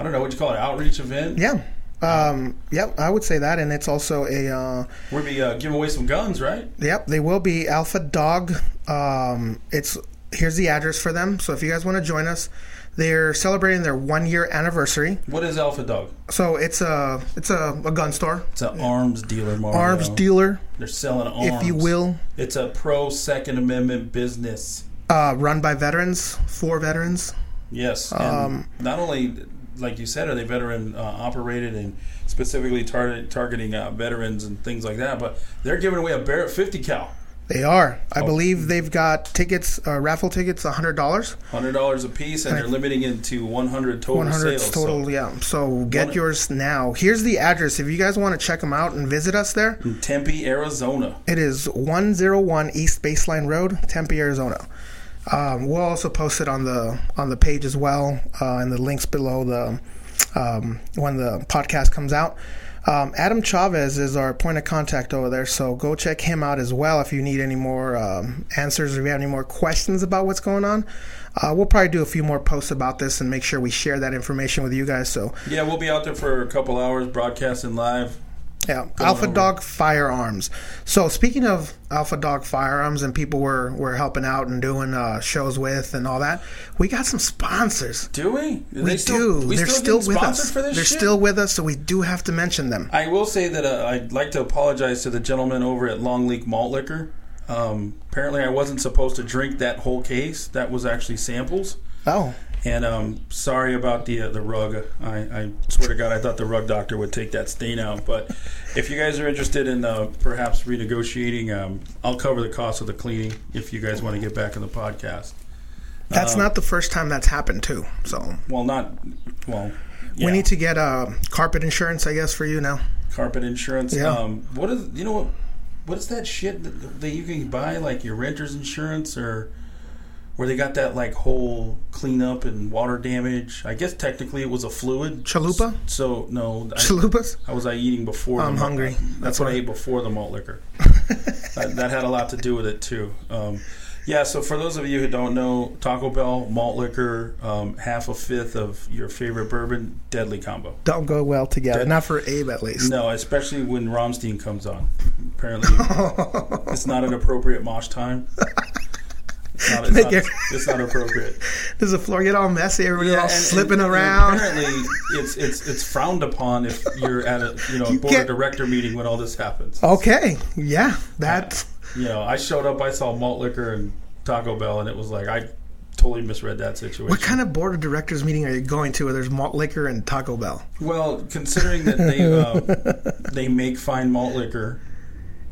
Speaker 5: I don't know what you call it, outreach event.
Speaker 3: Yeah. Um, yep, I would say that, and it's also a uh,
Speaker 5: We'll be uh, giving away some guns, right?
Speaker 3: yep. They will be Alpha Dog. Um, it's here's the address for them. So if you guys want to join us, they're celebrating their one year anniversary.
Speaker 5: What is Alpha Dog?
Speaker 3: So it's a it's a, a gun store,
Speaker 5: It's an arms dealer, Mario.
Speaker 3: arms dealer,
Speaker 5: They're selling arms.
Speaker 3: if you will,
Speaker 5: It's a pro Second Amendment business.
Speaker 3: uh, run by veterans for veterans.
Speaker 5: Yes. and
Speaker 3: Um,
Speaker 5: not only, like you said, are they veteran uh, operated and specifically tar- targeting uh, veterans and things like that, but they're giving away a Barrett 50 cal.
Speaker 3: They are. I believe they've got tickets, uh, raffle tickets, hundred dollars,
Speaker 5: Hundred dollars a piece, and they're limiting it to one hundred total
Speaker 3: one hundred
Speaker 5: Oh, sales.
Speaker 3: total.
Speaker 5: So
Speaker 3: Yeah. So get
Speaker 5: Wanna-
Speaker 3: yours now. Here's the address if you guys want to check them out and visit us there.
Speaker 5: in Tempe, Arizona.
Speaker 3: It is one zero one East Baseline Road, Tempe, Arizona. Um, we'll also post it on the on the page as well, uh, and the links below the um, when the podcast comes out. Um, Adam Chavez is our point of contact over there, so go check him out as well if you need any more um, answers or if you have any more questions about what's going on. Uh, we'll probably do a few more posts about this and make sure we share that information with you guys. So,
Speaker 5: Yeah, we'll be out there for a couple hours broadcasting live.
Speaker 3: yeah, Alpha
Speaker 5: over.
Speaker 3: Dog Firearms. So speaking of Alpha Dog Firearms and people we're we're helping out and doing uh, shows with and all that, we got some sponsors.
Speaker 5: Do we? Do
Speaker 3: We
Speaker 5: they still,
Speaker 3: do.
Speaker 5: We
Speaker 3: They're still,
Speaker 5: still,
Speaker 3: with
Speaker 5: getting
Speaker 3: us.
Speaker 5: sponsored For this
Speaker 3: They're
Speaker 5: shit?
Speaker 3: still with us, so we do have to mention them.
Speaker 5: I will say that uh, I'd like to apologize to the gentleman over at Long Leak Malt Liquor. Um, apparently, I wasn't supposed to drink that whole case. That was actually samples.
Speaker 3: Oh,
Speaker 5: And um, sorry about the uh, the rug. I, I swear to God, I thought the rug doctor would take that stain out. But if you guys are interested in uh, perhaps renegotiating, um, I'll cover the cost of the cleaning if you guys want to get back on the podcast.
Speaker 3: that's
Speaker 5: Oh.
Speaker 3: not the first time that's happened too. So
Speaker 5: Well, not well.
Speaker 3: we need to get uh, carpet insurance, I guess, for you now.
Speaker 5: carpet insurance.
Speaker 3: Yeah.
Speaker 5: Um, what is you know what? What is that shit that, that you can buy like your renter's insurance or where they got that like whole cleanup and water damage? I guess technically it was a fluid
Speaker 3: Chalupa?
Speaker 5: So no, I,
Speaker 3: [laughs] Chalupas.
Speaker 5: How was I eating before?
Speaker 3: I'm
Speaker 5: the malt-
Speaker 3: hungry.
Speaker 5: That's what I ate before the malt
Speaker 3: [laughs]
Speaker 5: liquor. that, that had a lot to do with it too. Um, yeah. So for those of you who don't know, Taco Bell malt liquor, um, half a fifth of your favorite bourbon, deadly combo.
Speaker 3: Don't go well together.
Speaker 5: That-
Speaker 3: Not for Abe, at least. [laughs]
Speaker 5: No, especially when Romstein comes on. Apparently, it's not an appropriate mosh time. It's not, it's
Speaker 3: Make
Speaker 5: not,
Speaker 3: it-
Speaker 5: it's not
Speaker 3: [laughs]
Speaker 5: appropriate.
Speaker 3: Does the floor get all messy? Everybody's all
Speaker 5: and- and-
Speaker 3: slipping
Speaker 5: and
Speaker 3: around.
Speaker 5: apparently, it's it's it's frowned upon if you're at a you know a board
Speaker 3: can't-
Speaker 5: of director meeting when all this happens.
Speaker 3: okay, yeah, that's.
Speaker 5: You know, I showed up, I saw malt liquor and Taco Bell, and it was like I totally misread that situation.
Speaker 3: What kind of board of directors meeting are you going to where there's malt liquor and Taco Bell?
Speaker 5: Well, considering that they uh,
Speaker 3: [laughs]
Speaker 5: they make fine malt liquor.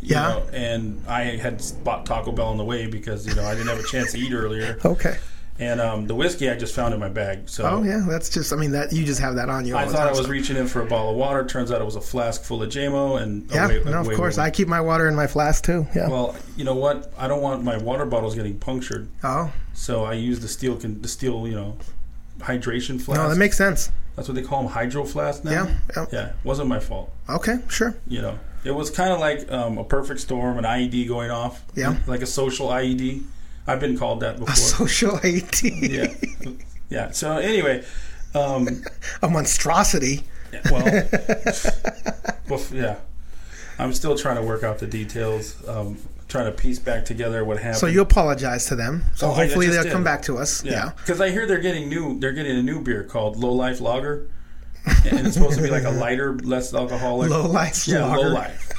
Speaker 5: you
Speaker 3: Yeah.
Speaker 5: know, and I had bought Taco Bell on the way because you know I didn't have a chance to eat
Speaker 3: [laughs]
Speaker 5: earlier,
Speaker 3: Okay.
Speaker 5: and um, the whiskey I just found in my bag. So
Speaker 3: Oh yeah, that's just. I mean, that you just have that on you. All
Speaker 5: I
Speaker 3: the
Speaker 5: thought I
Speaker 3: time,
Speaker 5: was
Speaker 3: so-
Speaker 5: reaching in for a bottle of water. Turns out it was a flask full of JMO, and oh,
Speaker 3: Yeah,
Speaker 5: wait,
Speaker 3: no, of
Speaker 5: wait,
Speaker 3: course.
Speaker 5: wait,
Speaker 3: I keep my water in my flask too. Yeah.
Speaker 5: Well, you know what? I don't want my water bottles getting punctured,
Speaker 3: oh
Speaker 5: so I use the steel con- the steel you know hydration flask.
Speaker 3: no, that makes sense.
Speaker 5: That's what they call them, hydro flask now.
Speaker 3: Yeah, yeah.
Speaker 5: yeah. Wasn't my fault.
Speaker 3: Okay. Sure.
Speaker 5: you know, it was kind of like um, a perfect storm, an IED going off.
Speaker 3: Yeah.
Speaker 5: Like a social IED. I've been called that before.
Speaker 3: A [laughs] social AT.
Speaker 5: yeah. [laughs] Yeah. So anyway, um,
Speaker 3: A monstrosity.
Speaker 5: well, [laughs] bef- yeah, I'm still trying to work out the details, um, trying to piece back together what happened.
Speaker 3: So you apologize to them. So
Speaker 5: Oh, I
Speaker 3: hopefully
Speaker 5: just
Speaker 3: they'll
Speaker 5: did.
Speaker 3: come back to us. Yeah.
Speaker 5: Because I hear they're getting new. They're getting a new beer called Low Life Lager, and it's supposed to be like
Speaker 3: [laughs]
Speaker 5: a lighter, less alcoholic.
Speaker 3: Low life.
Speaker 5: Yeah,
Speaker 3: lager.
Speaker 5: low [laughs] life.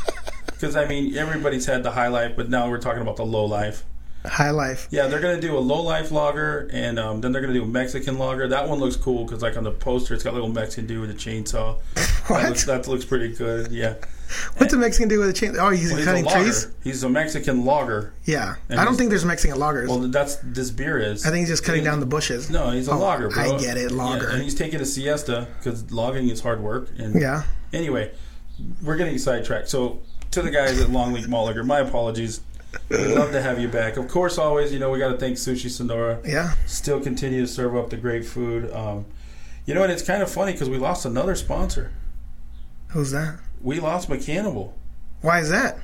Speaker 5: Because I mean, everybody's had the high life, but now we're talking about the low life.
Speaker 3: High life.
Speaker 5: Yeah, they're gonna do a low life lager, and um, then they're gonna do a Mexican lager. That one looks cool because, like on the poster, it's got a little Mexican dude with a chainsaw.
Speaker 3: [laughs] What?
Speaker 5: That looks, that looks pretty good. Yeah,
Speaker 3: What's a Mexican do with a chain? Oh, he's
Speaker 5: Well, he's a
Speaker 3: cutting
Speaker 5: lager.
Speaker 3: trees.
Speaker 5: He's a Mexican lager.
Speaker 3: Yeah.
Speaker 5: And
Speaker 3: I don't
Speaker 5: he's-
Speaker 3: think there's Mexican loggers.
Speaker 5: Well, that's this beer is.
Speaker 3: I think he's just cutting down the bushes.
Speaker 5: No, he's a
Speaker 3: Oh,
Speaker 5: lager. Bro.
Speaker 3: I get it,
Speaker 5: Yeah,
Speaker 3: lager.
Speaker 5: and he's taking a siesta because logging is hard work. And
Speaker 3: Yeah.
Speaker 5: Anyway, we're getting sidetracked. So, to the guys at Long Leaf Mulliger, my apologies. We'd love to have you back. Of course, always, you know, we got to thank Sushi Sonora.
Speaker 3: Yeah.
Speaker 5: Still continue to serve up the great food. Um, you know, and it's kind of funny because we lost another sponsor.
Speaker 3: Who's that?
Speaker 5: We lost McCannibal
Speaker 3: Why is that?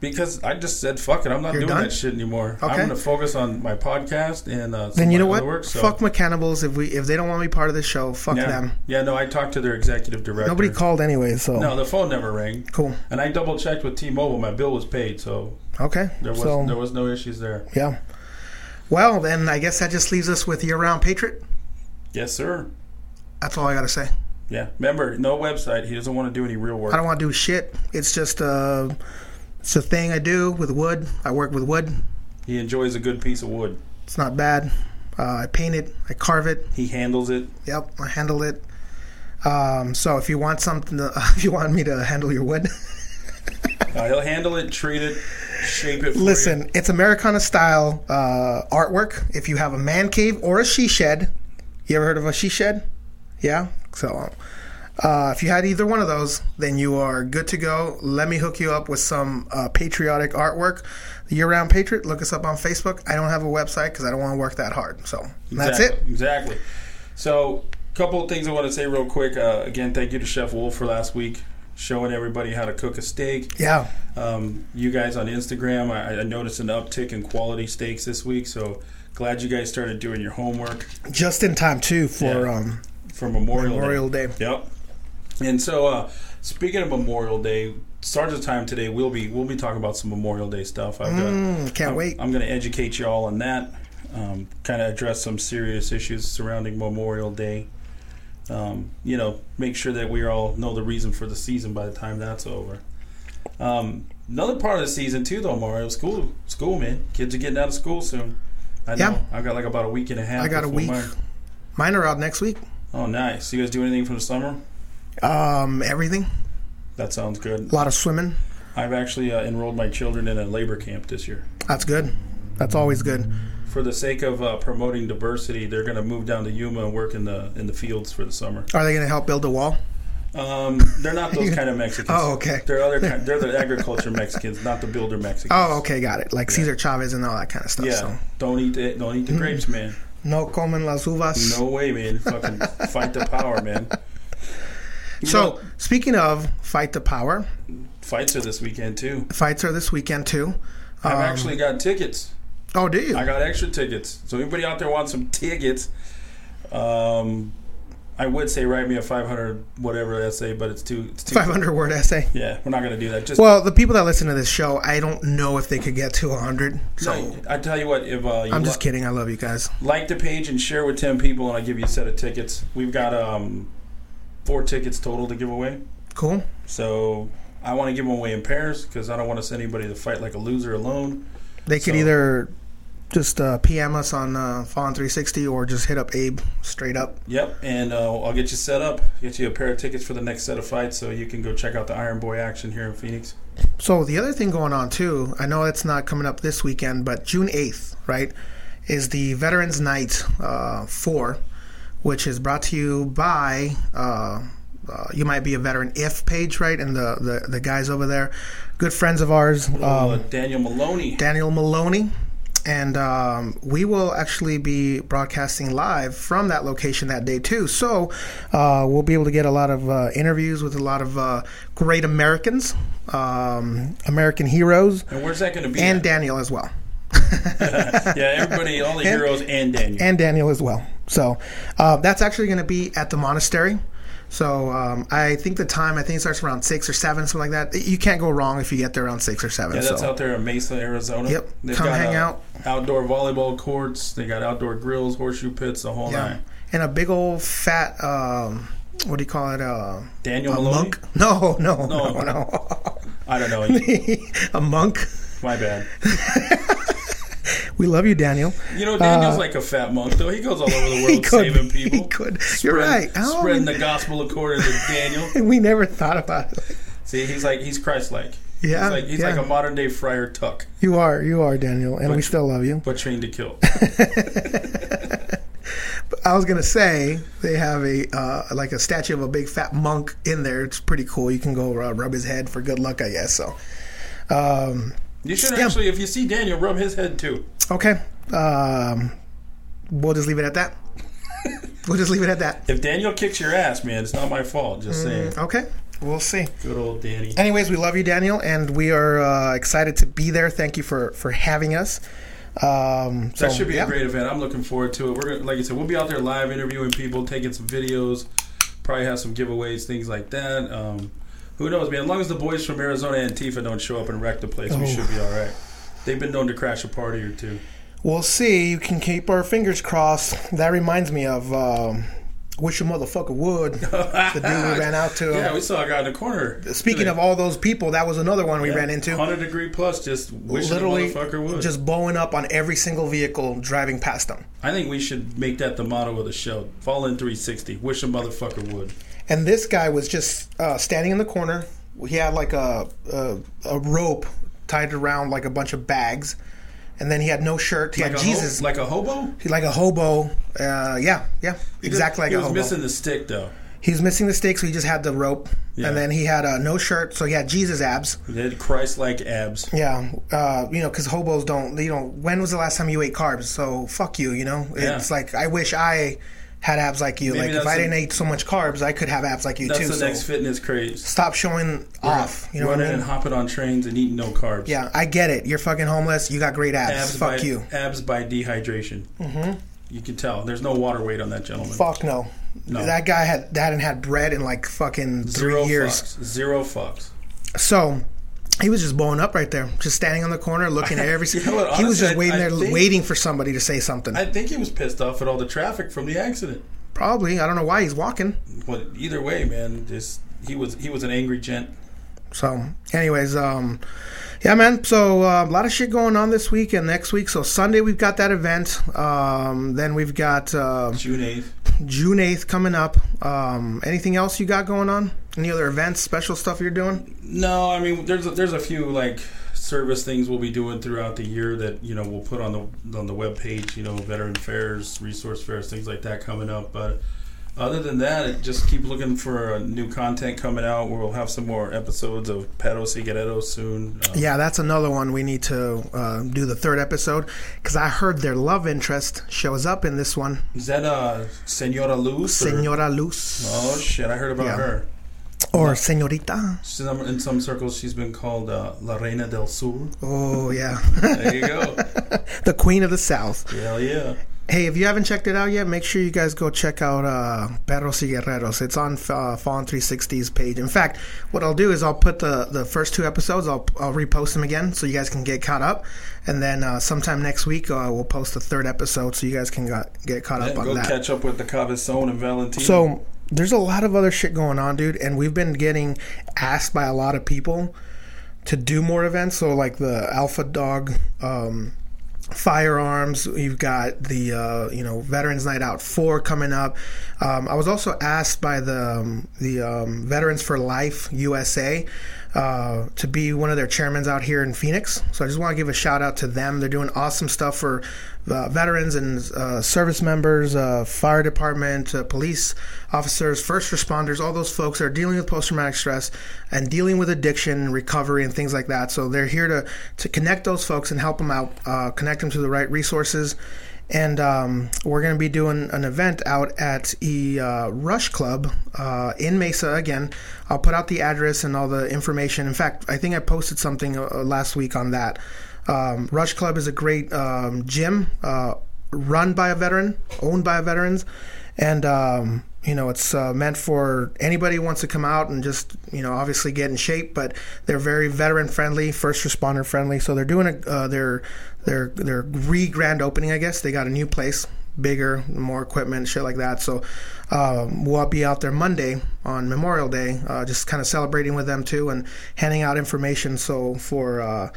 Speaker 5: because I just said, fuck it, I'm not
Speaker 3: You're
Speaker 5: doing
Speaker 3: done?
Speaker 5: that shit anymore. I'm
Speaker 3: Okay.
Speaker 5: going to focus on my podcast and uh, some
Speaker 3: Then you know
Speaker 5: of my
Speaker 3: what?
Speaker 5: other Work, so.
Speaker 3: Fuck McCannibals. If we if they don't want to be part of this show, fuck
Speaker 5: yeah.
Speaker 3: them.
Speaker 5: Yeah, no, I talked to their executive director.
Speaker 3: Nobody called anyway, so
Speaker 5: No, the phone never rang.
Speaker 3: cool.
Speaker 5: And I double checked with T-Mobile. My bill was paid, so
Speaker 3: Okay.
Speaker 5: there was
Speaker 3: so
Speaker 5: there was no issues there.
Speaker 3: yeah. Well, then I guess that just leaves us with year round patriot.
Speaker 5: Yes, sir.
Speaker 3: That's all I gotta say.
Speaker 5: Yeah. Remember, no website. He doesn't want to do any real work.
Speaker 3: I don't want to do shit. It's just uh, it's a thing I do with wood. I work with wood.
Speaker 5: He enjoys a good piece of wood.
Speaker 3: It's not bad. Uh, I paint it. I carve it.
Speaker 5: He handles it.
Speaker 3: Yep, I handle it. Um, so if you [laughs] want something, to, if you want me to handle your wood,
Speaker 5: Uh, he'll handle it, treat it, shape it. For
Speaker 3: Listen, it's Americana style uh, artwork. If you have a man cave or a she shed, you ever heard of a she shed? Yeah. So, uh, if you had either one of those, then you are good to go. Let me hook you up with some uh, patriotic artwork. Year round patriot. Look us up on Facebook. I don't have a website because I don't want to work that hard. So that's
Speaker 5: exactly,
Speaker 3: it.
Speaker 5: Exactly. So, a couple of things I want to say real quick. Uh, again, thank you to Chef Wolf for last week showing everybody how to cook a steak.
Speaker 3: Yeah.
Speaker 5: Um, you guys on Instagram, I, I noticed an uptick in quality steaks this week. So glad you guys started doing your homework
Speaker 3: Just in time too for
Speaker 5: Yeah.
Speaker 3: um,
Speaker 5: for Memorial
Speaker 3: Memorial Day.
Speaker 5: Yep. And so, uh, speaking of Memorial Day, start of time today. We'll be we'll be talking about some Memorial Day stuff. I've
Speaker 3: Mm,
Speaker 5: got,
Speaker 3: can't
Speaker 5: I'm,
Speaker 3: wait.
Speaker 5: I'm going to educate you all on that. Um, kind of address some serious issues surrounding Memorial Day. Um, you know, make sure that we all know the reason for the season by the time that's over. Um, another part of the season too, though, Mario. School, school, man. Kids are getting out of school soon. I know.
Speaker 3: Yeah.
Speaker 5: I've got like about a week and a half.
Speaker 3: I got a
Speaker 5: before
Speaker 3: week.
Speaker 5: mine.
Speaker 3: Mine are out next week.
Speaker 5: Oh, nice. You guys do anything for the summer?
Speaker 3: Um, everything.
Speaker 5: That sounds good.
Speaker 3: A lot of swimming.
Speaker 5: I've actually uh, enrolled my children in a labor camp this year.
Speaker 3: That's good. That's always good.
Speaker 5: For the sake of uh, promoting diversity, they're going to move down to Yuma and work in the in the fields for the summer.
Speaker 3: Are they going to help build a wall?
Speaker 5: Um, they're not
Speaker 3: [laughs]
Speaker 5: those kind of Mexicans.
Speaker 3: Oh, okay.
Speaker 5: They're other kind, they're
Speaker 3: [laughs]
Speaker 5: the agriculture Mexicans, not the builder Mexicans.
Speaker 3: Oh, okay, got it. Like Cesar Chavez and all that kind of stuff.
Speaker 5: yeah.
Speaker 3: So.
Speaker 5: Don't eat the don't eat the grapes, man.
Speaker 3: No comen las uvas.
Speaker 5: No way, man. Fucking fight the power, man. You
Speaker 3: So,
Speaker 5: know,
Speaker 3: speaking of Fight the Power,
Speaker 5: fights are this weekend too.
Speaker 3: fights are this weekend too.
Speaker 5: I've
Speaker 3: Um,
Speaker 5: actually got tickets.
Speaker 3: Oh, do [laughs] you?
Speaker 5: I got extra tickets. So anybody out there wants some tickets? Um, I would say write me a 500 whatever essay, but it's too it's too
Speaker 3: 500 word essay.
Speaker 5: Yeah, we're not gonna do that. Just
Speaker 3: Well, the people that listen to this show, I don't know if they could get to 100. So,
Speaker 5: no, I tell you what, if uh, you
Speaker 3: I'm just
Speaker 5: li-
Speaker 3: kidding. I love you guys.
Speaker 5: like the page and share with 10 people, and I give you a set of tickets. We've got um four tickets total to give away.
Speaker 3: Cool.
Speaker 5: So I want to give them away in pairs because I don't want to send anybody to fight like a loser alone.
Speaker 3: They could
Speaker 5: So-
Speaker 3: either just uh, PM us on uh, Fawn 360 or just hit up Abe straight up.
Speaker 5: Yep, and uh, I'll get you set up, get you a pair of tickets for the next set of fights, so you can go check out the Iron Boy action here in Phoenix.
Speaker 3: So the other thing going on too, I know it's not coming up this weekend, but June eighth, right, is the Veterans Night uh, four, which is brought to you by uh, uh, you might be a veteran if page, right, and the the, the guys over there, good friends of ours,
Speaker 5: uh,
Speaker 3: um,
Speaker 5: Daniel Maloney.
Speaker 3: Daniel Maloney. And um, we will actually be broadcasting live from that location that day too. So uh, we'll be able to get a lot of uh, interviews with a lot of uh, great Americans, um, American heroes,
Speaker 5: and where's that going to be?
Speaker 3: and
Speaker 5: at?
Speaker 3: Daniel
Speaker 5: [laughs]
Speaker 3: as well. [laughs]
Speaker 5: yeah, everybody, all the heroes, and Daniel.
Speaker 3: And Daniel as well. So uh, that's actually going to be at the monastery. So um, I think the time I think it starts around six or seven, something like that. You can't go wrong if you get there around six or seven.
Speaker 5: yeah, that's
Speaker 3: so
Speaker 5: out there in Mesa, Arizona.
Speaker 3: Yep, come hang
Speaker 5: uh,
Speaker 3: out.
Speaker 5: Outdoor volleyball courts. They got outdoor grills, horseshoe pits, the whole
Speaker 3: yeah.
Speaker 5: nine.
Speaker 3: and a big old fat um, what do you call it? Uh,
Speaker 5: Daniel
Speaker 3: a
Speaker 5: Maloney.
Speaker 3: monk? No, [laughs] no,
Speaker 5: No.
Speaker 3: no, [laughs] no.
Speaker 5: I don't
Speaker 3: [laughs]
Speaker 5: know.
Speaker 3: a monk.
Speaker 5: My bad.
Speaker 3: We love you, Daniel.
Speaker 5: You know, Daniel's like a fat monk, though. He goes all over the
Speaker 3: Uh, [laughs] He
Speaker 5: world
Speaker 3: could.
Speaker 5: saving people.
Speaker 3: He could. You're right.
Speaker 5: Spreading-
Speaker 3: Oh,
Speaker 5: Spreading
Speaker 3: we-
Speaker 5: the gospel according to Daniel.
Speaker 3: [laughs] we never thought about it.
Speaker 5: See, he's like he's Christ-like.
Speaker 3: Yeah,
Speaker 5: he's like, he's
Speaker 3: yeah.
Speaker 5: like a modern-day Friar Tuck,
Speaker 3: You are, you are, Daniel, and we still love you.
Speaker 5: but trained to
Speaker 3: [laughs]
Speaker 5: kill.
Speaker 3: I was gonna say they have a uh, like a statue of a big fat monk in there. It's pretty cool. You can go uh, rub his head for good luck, I guess. So, um,
Speaker 5: You should
Speaker 3: Yeah.
Speaker 5: actually, if you see Daniel, rub his head too.
Speaker 3: okay, um, we'll just leave it at
Speaker 5: [laughs]
Speaker 3: that. we'll just leave it at that.
Speaker 5: If Daniel kicks your ass, man, it's not my fault. Just saying.
Speaker 3: Okay, we'll see.
Speaker 5: Good old Danny.
Speaker 3: Anyways, we love you, Daniel, and we are uh, excited to be there. Thank you for for having us. Um, so,
Speaker 5: That should be
Speaker 3: yeah.
Speaker 5: a great event. I'm looking forward to it. We're gonna, like I said, we'll be out there live interviewing people, taking some videos, probably have some giveaways, things like that. Um, who knows, man? As long as the boys from Arizona Antifa don't show up and wreck the place, we should be all right. They've been known to crash a party or two.
Speaker 3: We'll see. You can keep our fingers crossed. That reminds me of um, wish a motherfucker
Speaker 5: [laughs]
Speaker 3: would. the dude we ran out to. uh,
Speaker 5: Yeah, we saw a guy in the corner.
Speaker 3: Speaking of all those people, that was another one we ran into.
Speaker 5: 100 degree plus, just wishing
Speaker 3: Literally,
Speaker 5: the motherfucker would.
Speaker 3: just bowing up on every single vehicle driving past them.
Speaker 5: I think we should make that the motto of the show. Fall in 360. Wish a motherfucker would.
Speaker 3: And this guy was just uh, standing in the corner. He had like a a, a rope tied around like a bunch of bags, and then he had no shirt. He
Speaker 5: Like a
Speaker 3: had
Speaker 5: ho-
Speaker 3: Jesus,
Speaker 5: like a hobo.
Speaker 3: he like a hobo. Uh, yeah, yeah, exactly like
Speaker 5: He
Speaker 3: a
Speaker 5: was
Speaker 3: hobo.
Speaker 5: missing the stick though.
Speaker 3: He was missing the stick, so he just had the rope,
Speaker 5: Yeah.
Speaker 3: and then he had uh, no shirt, so he had Jesus abs.
Speaker 5: They had Christ-like abs.
Speaker 3: Yeah, uh, you know, because hobos don't. You know, when was the last time you ate carbs? So fuck you. You know, it's
Speaker 5: Yeah.
Speaker 3: like I wish I had abs like you.
Speaker 5: Maybe
Speaker 3: like if
Speaker 5: that's
Speaker 3: I
Speaker 5: the-
Speaker 3: didn't eat so much carbs, I could have abs like you
Speaker 5: That's
Speaker 3: too.
Speaker 5: the
Speaker 3: so
Speaker 5: next fitness craze.
Speaker 3: stop showing off. You know what
Speaker 5: Running
Speaker 3: I
Speaker 5: and
Speaker 3: mean?
Speaker 5: hopping on trains and eating no carbs.
Speaker 3: Yeah, I get it. You're fucking homeless. You got great abs.
Speaker 5: Abs by,
Speaker 3: fuck you.
Speaker 5: Abs by dehydration. Mm-hmm. You can tell. There's no water weight on that gentleman.
Speaker 3: Fuck no.
Speaker 5: No.
Speaker 3: That guy had that hadn't had bread in like fucking three
Speaker 5: Zero
Speaker 3: years.
Speaker 5: fucks. Zero fucks.
Speaker 3: So he was just blowing up right there, just standing on the corner
Speaker 5: [laughs]
Speaker 3: looking at every.
Speaker 5: You know what,
Speaker 3: he
Speaker 5: honestly,
Speaker 3: was just
Speaker 5: I-
Speaker 3: waiting
Speaker 5: I
Speaker 3: there,
Speaker 5: think-
Speaker 3: waiting for somebody to say something.
Speaker 5: I think he was pissed off at all the traffic from the accident.
Speaker 3: Probably. I don't know why he's walking.
Speaker 5: But either way, man, just he was he was an angry gent.
Speaker 3: So, anyways, um, yeah, man. So uh, a lot of shit going on this week and next week. So Sunday we've got that event. Um, then we've got uh,
Speaker 5: June eighth.
Speaker 3: June eighth coming up. Um, anything else you got going on? Any other events, special stuff you're doing?
Speaker 5: No, I mean there's a, there's a few like service things we'll be doing throughout the year that you know we'll put on the on the web page. You know, veteran fairs, resource fairs, things like that coming up. But other than that, it- just keep looking for uh, new content coming out. We'll have some more episodes of Pedos y Guerreros soon. Uh,
Speaker 3: Yeah, that's another one we need to uh, do the third episode because I heard their love interest shows up in this one,
Speaker 5: Is that uh, Senora Luz? or-
Speaker 3: Senora Luz
Speaker 5: Oh shit! I heard about
Speaker 3: Yeah.
Speaker 5: her.
Speaker 3: or Senorita.
Speaker 5: Some, in some circles, she's been called uh, La Reina del Sur.
Speaker 3: [laughs] Oh yeah,
Speaker 5: There you go.
Speaker 3: the Queen of the South.
Speaker 5: Hell yeah.
Speaker 3: Hey, if you haven't checked it out yet, make sure you guys go check out uh, Perros y Guerreros. It's on uh, Fawn 360's page. In fact, what I'll do is I'll put the, the first two episodes, I'll, I'll repost them again so you guys can get caught up. And then uh, sometime next week, uh, we'll post the third episode so you guys can got, get caught up
Speaker 5: Yeah,
Speaker 3: on
Speaker 5: go
Speaker 3: that.
Speaker 5: catch up with the Cabezon and Valentino.
Speaker 3: So there's a lot of other shit going on, dude, and we've been getting asked by a lot of people to do more events. So like the Alpha Dog um, firearms, you've got the uh, you know Veterans Night Out four coming up. Um, I was also asked by the um, the um, Veterans for Life USA uh, to be one of their chairmans out here in Phoenix. So I just want to give a shout out to them. They're doing awesome stuff for uh, veterans and uh, service members, uh, fire department, uh, police officers, first responders, all those folks that are dealing with post traumatic stress and dealing with addiction, recovery, and things like that. So they're here to, to connect those folks and help them out, uh, connect them to the right resources. And um, we're going to be doing an event out at the uh, Rush Club uh, in Mesa again. I'll put out the address and all the information. In fact, I think I posted something uh, uh, last week on that. Um, Rush Club is a great um, gym uh, run by a veteran, owned by veterans, and um, you know it's uh, meant for anybody who wants to come out and just you know obviously get in shape. But they're very veteran friendly, first responder friendly. So they're doing a uh, their their their re grand opening, I guess. They got a new place, bigger, more equipment, shit like that. So um, we'll be out there Monday on Memorial Day, uh, just kind of celebrating with them too and handing out information. So for uh,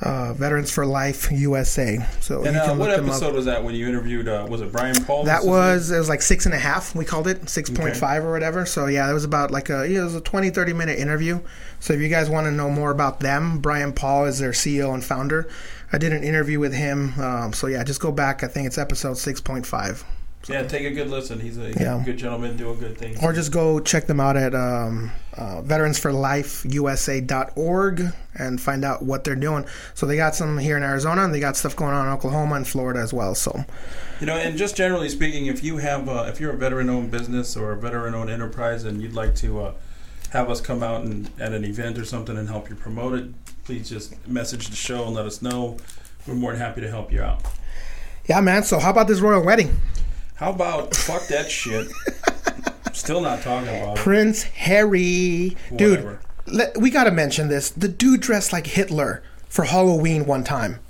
Speaker 3: uh, Veterans for Life USA. So
Speaker 5: and
Speaker 3: you
Speaker 5: uh,
Speaker 3: can
Speaker 5: what
Speaker 3: look them
Speaker 5: episode
Speaker 3: up.
Speaker 5: was that when you interviewed? Uh, was it Brian Paul?
Speaker 3: That
Speaker 5: This is
Speaker 3: was it was like six and a half. We called it six point five or whatever. So yeah, that was about like a yeah, it was a 20, 30 minute interview. So if you guys want to know more about them, Brian Paul is their CEO and founder. I did an interview with him. Um, so yeah, just go back. I think it's episode six point five.
Speaker 5: it? Yeah, take a good listen. He's a
Speaker 3: Yeah.
Speaker 5: good gentleman doing good things.
Speaker 3: or just go check them out at um, uh, veteransforlifeusa.org and find out what they're doing. So they got some here in Arizona, and they got stuff going on in Oklahoma and Florida as well. So
Speaker 5: You know, and just generally speaking, if you have, uh, if you're a veteran-owned business or a veteran-owned enterprise, and you'd like to uh, have us come out and at an event or something and help you promote it, please just message the show and let us know. We're more than happy to help you out.
Speaker 3: yeah, man. So how about this royal wedding?
Speaker 5: How about fuck that
Speaker 3: [laughs]
Speaker 5: shit? Still not talking about it.
Speaker 3: Prince Harry, dude.
Speaker 5: Whatever.
Speaker 3: Let, we gotta mention this. The dude dressed like Hitler for Halloween one time.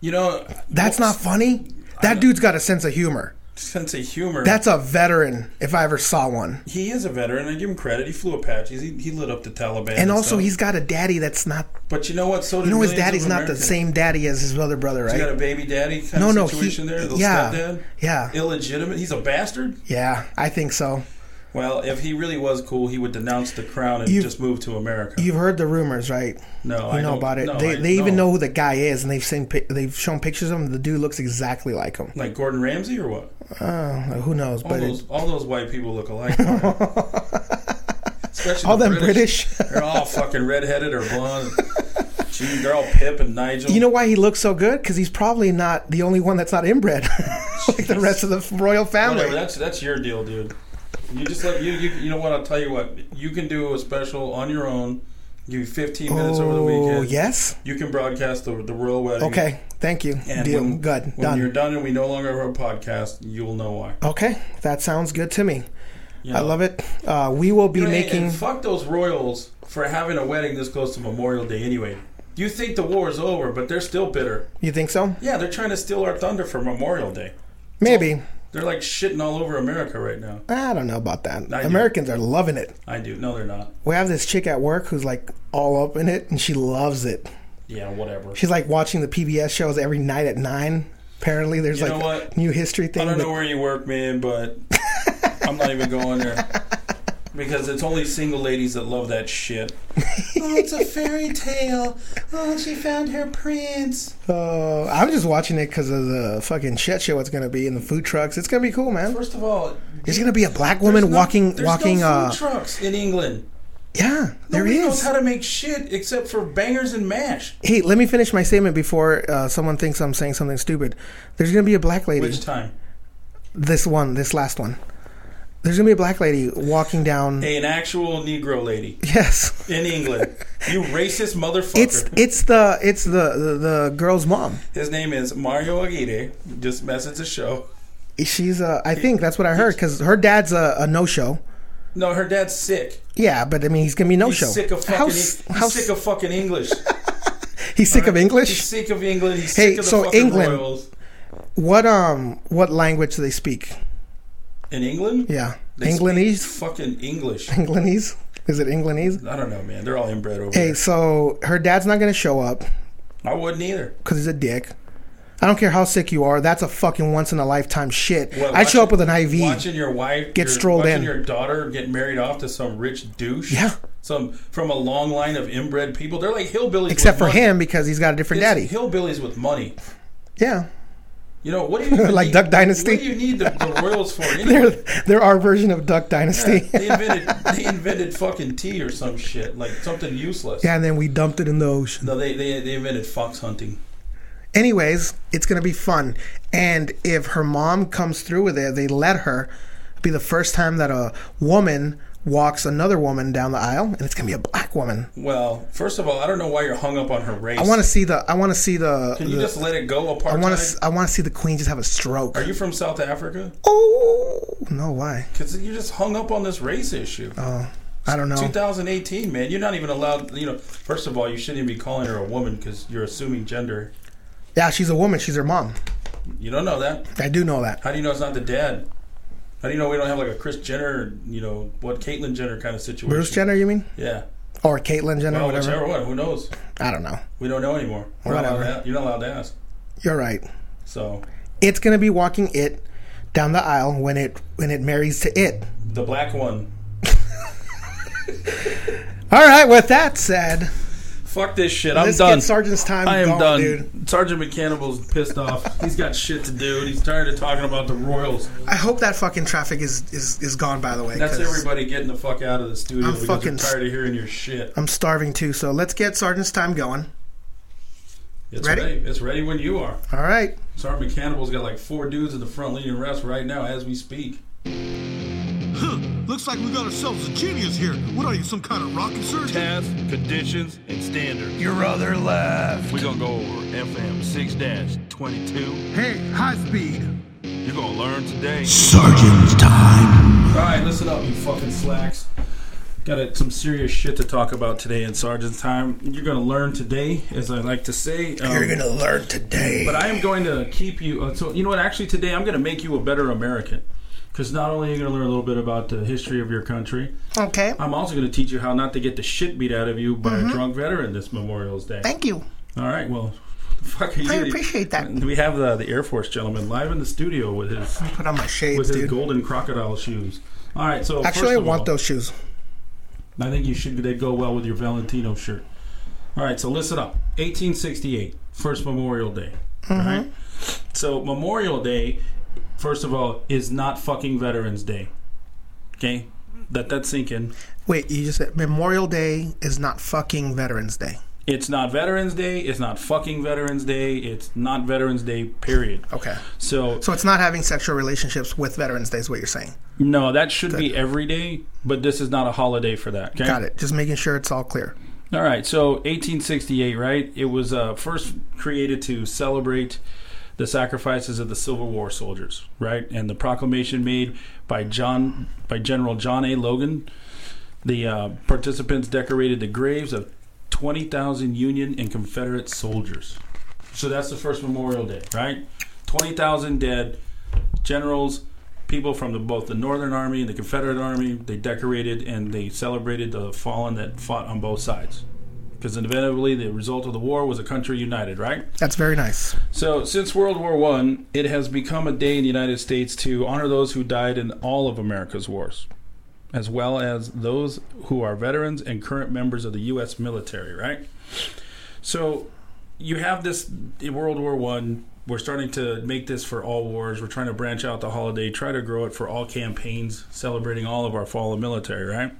Speaker 5: You know,
Speaker 3: That's not funny. That dude's got a sense of humor.
Speaker 5: sense of humor.
Speaker 3: That's a veteran, if I ever saw one.
Speaker 5: he is a veteran. I give him credit. He flew Apaches. He, he lit up the Taliban.
Speaker 3: And also,
Speaker 5: stuff.
Speaker 3: he's got a daddy that's not.
Speaker 5: But you know what? So did
Speaker 3: You know, his
Speaker 5: millions of
Speaker 3: daddy's not the
Speaker 5: Americans.
Speaker 3: same daddy as his other brother,
Speaker 5: He got
Speaker 3: right?
Speaker 5: a baby daddy kind
Speaker 3: No,
Speaker 5: of
Speaker 3: no, he-
Speaker 5: situation there. The
Speaker 3: yeah,
Speaker 5: stepdad.
Speaker 3: yeah.
Speaker 5: Illegitimate. He's a bastard.
Speaker 3: Yeah, I think so.
Speaker 5: Well, if he really was cool, he would denounce the crown and
Speaker 3: You've-
Speaker 5: just move to America.
Speaker 3: You've heard the rumors, right?
Speaker 5: No,
Speaker 3: you
Speaker 5: I
Speaker 3: know
Speaker 5: don't-
Speaker 3: about it.
Speaker 5: no,
Speaker 3: they
Speaker 5: I-
Speaker 3: they even
Speaker 5: no.
Speaker 3: know who the guy is, and they've seen pic- they've shown pictures of him. The dude looks exactly like him.
Speaker 5: like Gordon Ramsay or what?
Speaker 3: Uh, who knows?
Speaker 5: All
Speaker 3: but it-
Speaker 5: those all those white people look
Speaker 3: [laughs]
Speaker 5: alike. man. Especially
Speaker 3: all
Speaker 5: the
Speaker 3: them British.
Speaker 5: They're all fucking redheaded or blonde. Gee, they're all Pip and Nigel.
Speaker 3: you know why he looks so good? Because he's probably not the only one that's not inbred, [laughs] like the rest of the royal family.
Speaker 5: whatever. That's that's your deal, dude. You just let you you you know what? I'll tell you what. You can do a special on your own. Give you 15 minutes over the
Speaker 3: oh
Speaker 5: weekend.
Speaker 3: yes.
Speaker 5: You can broadcast the the royal wedding.
Speaker 3: Okay. Thank you.
Speaker 5: And
Speaker 3: Deal.
Speaker 5: when-
Speaker 3: good.
Speaker 5: When you're
Speaker 3: Done.
Speaker 5: done and we no longer have a podcast, you'll know why.
Speaker 3: Okay. That sounds good to me.
Speaker 5: You
Speaker 3: I
Speaker 5: know?
Speaker 3: love it. Uh, we will be
Speaker 5: You know, and-
Speaker 3: making.
Speaker 5: and fuck those royals for having a wedding this close to Memorial Day anyway. You think the war is over, but they're still bitter.
Speaker 3: You think so?
Speaker 5: Yeah, they're trying to steal our thunder for Memorial Day.
Speaker 3: Maybe.
Speaker 5: They're like shitting all over America right now.
Speaker 3: I don't know about that.
Speaker 5: I do.
Speaker 3: Americans are loving it.
Speaker 5: I do. No, they're not.
Speaker 3: We have this chick at work who's like all up in it, and she loves it.
Speaker 5: Yeah, whatever.
Speaker 3: She's like watching the PBS shows every night at nine. Apparently, there's
Speaker 5: You
Speaker 3: like
Speaker 5: know what?
Speaker 3: new history
Speaker 5: I
Speaker 3: thing.
Speaker 5: don't
Speaker 3: that-
Speaker 5: know where you work, man, but I'm not even going there. Because it's only single ladies that love that shit. oh, it's a fairy tale. Oh, she found her prince.
Speaker 3: Uh, I'm just watching it because of the fucking shit show it's gonna be in the food trucks. It's gonna be cool, man.
Speaker 5: First of all,
Speaker 3: There's gonna be a black
Speaker 5: there's
Speaker 3: woman
Speaker 5: no-
Speaker 3: walking,
Speaker 5: there's no
Speaker 3: walking.
Speaker 5: food
Speaker 3: uh,
Speaker 5: trucks in England.
Speaker 3: yeah, there
Speaker 5: Nobody knows
Speaker 3: is.
Speaker 5: how to make shit except for bangers and mash.
Speaker 3: Hey, let me finish my statement before uh, someone thinks I'm saying something stupid. There's gonna be a black lady.
Speaker 5: Which time?
Speaker 3: This one, this last one. There's gonna be a black lady walking down.
Speaker 5: An actual Negro lady
Speaker 3: Yes.
Speaker 5: in England.
Speaker 3: [laughs]
Speaker 5: you racist motherfucker.
Speaker 3: It's it's the it's the, the the girl's mom.
Speaker 5: His name is Mario Aguirre. Just message the show.
Speaker 3: She's uh, I think that's what I heard because her dad's a, a no show.
Speaker 5: No, her dad's sick.
Speaker 3: Yeah, but I mean he's gonna be no
Speaker 5: He's
Speaker 3: show.
Speaker 5: sick of fucking.
Speaker 3: how,
Speaker 5: he's
Speaker 3: s- how,
Speaker 5: sick of fucking English.
Speaker 3: he's sick of
Speaker 5: He's
Speaker 3: English.
Speaker 5: sick of England. He's
Speaker 3: Hey,
Speaker 5: sick of the
Speaker 3: so
Speaker 5: fucking
Speaker 3: England-
Speaker 5: Royals.
Speaker 3: What um what language do they speak?
Speaker 5: In England,
Speaker 3: Yeah,
Speaker 5: They
Speaker 3: [laughs] Englandese.
Speaker 5: speak fucking English.
Speaker 3: Englandese. Is it Englandese?
Speaker 5: I don't know, man. They're all inbred over
Speaker 3: Hey, so her dad's not gonna show up
Speaker 5: there. I wouldn't either.
Speaker 3: because he's a dick. I don't care how sick you are. That's a fucking once in a lifetime shit.
Speaker 5: What,
Speaker 3: I'd
Speaker 5: watching-
Speaker 3: show up with an IV.
Speaker 5: Watching your wife
Speaker 3: Get
Speaker 5: your,
Speaker 3: strolled
Speaker 5: watching
Speaker 3: in.
Speaker 5: Your daughter get married off to some rich douche.
Speaker 3: Yeah.
Speaker 5: Some from a long line of inbred people. They're like hillbillies.
Speaker 3: Except
Speaker 5: with
Speaker 3: for
Speaker 5: money.
Speaker 3: him because he's got a different
Speaker 5: It's
Speaker 3: daddy.
Speaker 5: Hillbillies with money.
Speaker 3: Yeah, [laughs]
Speaker 5: You know what do you
Speaker 3: Like
Speaker 5: need-
Speaker 3: Duck Dynasty?
Speaker 5: What do you need the, the royals for?
Speaker 3: [laughs] they're
Speaker 5: Anyway?
Speaker 3: they're our version of Duck Dynasty.
Speaker 5: they invented they invented fucking tea or some shit like something useless.
Speaker 3: [laughs] Yeah, and then we dumped it in the ocean.
Speaker 5: No, they, they they invented fox hunting.
Speaker 3: Anyways, it's gonna be fun. And if her mom comes through with it, they let her. It'll be the first time that a woman walks another woman down the aisle, and it's gonna be a black woman.
Speaker 5: Well, first of all, I don't know why you're hung up on her race.
Speaker 3: I want to see the. I want to see the.
Speaker 5: Can you
Speaker 3: the-
Speaker 5: just let it go? Apartheid.
Speaker 3: I want to. I want to see the queen just have a stroke.
Speaker 5: Are you from South Africa?
Speaker 3: Oh no! Why?
Speaker 5: Because you're just hung up on this race issue.
Speaker 3: Oh, I don't know.
Speaker 5: 2018, man. You're not even allowed. You know, first of all, you shouldn't even be calling her a woman because you're assuming gender.
Speaker 3: Yeah, she's a woman. She's her mom.
Speaker 5: You don't know that.
Speaker 3: I do know that.
Speaker 5: How do you know it's not the dad? How do you know we don't have like a Chris Jenner, you know, what Caitlyn Jenner kind of situation?
Speaker 3: Bruce Jenner, you mean,
Speaker 5: Yeah.
Speaker 3: or Caitlyn Jenner,
Speaker 5: Well,
Speaker 3: whatever.
Speaker 5: whichever one. Who knows?
Speaker 3: I don't know.
Speaker 5: We don't know anymore. We're not
Speaker 3: Whatever.
Speaker 5: allowed to- you're not allowed to ask.
Speaker 3: You're right.
Speaker 5: So
Speaker 3: It's gonna be walking it down the aisle when it when it marries to it.
Speaker 5: the black one.
Speaker 3: All right. With that said,
Speaker 5: Fuck this shit. I'm
Speaker 3: let's
Speaker 5: done.
Speaker 3: get Sergeant's time.
Speaker 5: I am
Speaker 3: gone,
Speaker 5: done.
Speaker 3: dude.
Speaker 5: Sergeant McCannible's pissed off. He's got shit to do. and He's tired of talking about the Royals.
Speaker 3: I hope that fucking traffic is is, is gone. By the way,
Speaker 5: That's
Speaker 3: 'cause
Speaker 5: everybody getting the fuck out of the studio.
Speaker 3: I'm
Speaker 5: because
Speaker 3: fucking
Speaker 5: they're tired of hearing your shit.
Speaker 3: I'm starving too, so let's get Sergeant's time going.
Speaker 5: It's
Speaker 3: ready?
Speaker 5: ready. It's ready when you are.
Speaker 3: All right.
Speaker 5: Sergeant McCannible's got like four dudes in the front leading rest right now as we speak.
Speaker 1: Huh, looks like we got ourselves a genius here. What are you, some kind of rocket surgeon?
Speaker 6: tasks, conditions, and standards.
Speaker 1: Your other left.
Speaker 6: We're gonna go over FM 6 22.
Speaker 1: Hey, high speed.
Speaker 6: You're gonna learn today.
Speaker 1: Sergeant's time.
Speaker 5: All right, listen up, you fucking slacks. Got uh, some serious shit to talk about today in Sergeant's time. You're gonna learn today, as I like to say. Um,
Speaker 3: You're gonna learn today.
Speaker 5: But I am going to keep you. Uh, so you know what? Actually, today I'm going to make you a better American. Because not only are you going to learn a little bit about the history of your country,
Speaker 3: okay.
Speaker 5: I'm also going to teach you how not to get the shit beat out of you by a drunk veteran this Memorial's Day.
Speaker 3: Mm-hmm. Thank you.
Speaker 5: All right. Well, [laughs] Fuck, you-
Speaker 3: I appreciate that.
Speaker 5: We have the, the Air Force gentleman live in the studio with his
Speaker 3: Put on my
Speaker 5: with
Speaker 3: shades,
Speaker 5: his
Speaker 3: dude.
Speaker 5: golden crocodile shoes. All right, so
Speaker 3: Actually,
Speaker 5: first
Speaker 3: I
Speaker 5: of
Speaker 3: want
Speaker 5: all,
Speaker 3: those shoes.
Speaker 5: I think you should. They go well with your Valentino shirt. All right, so listen up. 1868, first Memorial Day. All right. So Memorial Day, first of all, is not fucking Veterans Day. Okay, let that sink in.
Speaker 3: Wait, you just said Memorial Day is not fucking Veterans Day.
Speaker 5: It's not Veterans Day. It's not fucking Veterans Day. It's not Veterans Day. Period.
Speaker 3: Okay.
Speaker 5: So
Speaker 3: So it's not having sexual relationships with Veterans Day is what you're saying.
Speaker 5: no, that should be every day, but this is not a holiday for that. Okay?
Speaker 3: Got it. Just making sure it's all clear.
Speaker 5: All right, so 1868, right? It was uh, first created to celebrate the sacrifices of the Civil War soldiers, right? And the proclamation made by John by General John A. Logan. The uh, participants decorated the graves of 20,000 Union and Confederate soldiers. So that's the first Memorial Day, right? 20,000 dead generals, people from the, both the Northern Army and the Confederate Army. They decorated and they celebrated the fallen that fought on both sides. Because inevitably, the result of the war was a country united, right?
Speaker 3: That's very nice.
Speaker 5: So, since World War One, it has become a day in the United States to honor those who died in all of America's wars, as well as those who are veterans and current members of the U.S. military. Right. So, you have this in World War One. We're starting to make this for all wars. We're trying to branch out the holiday, try to grow it for all campaigns, celebrating all of our fallen military. Right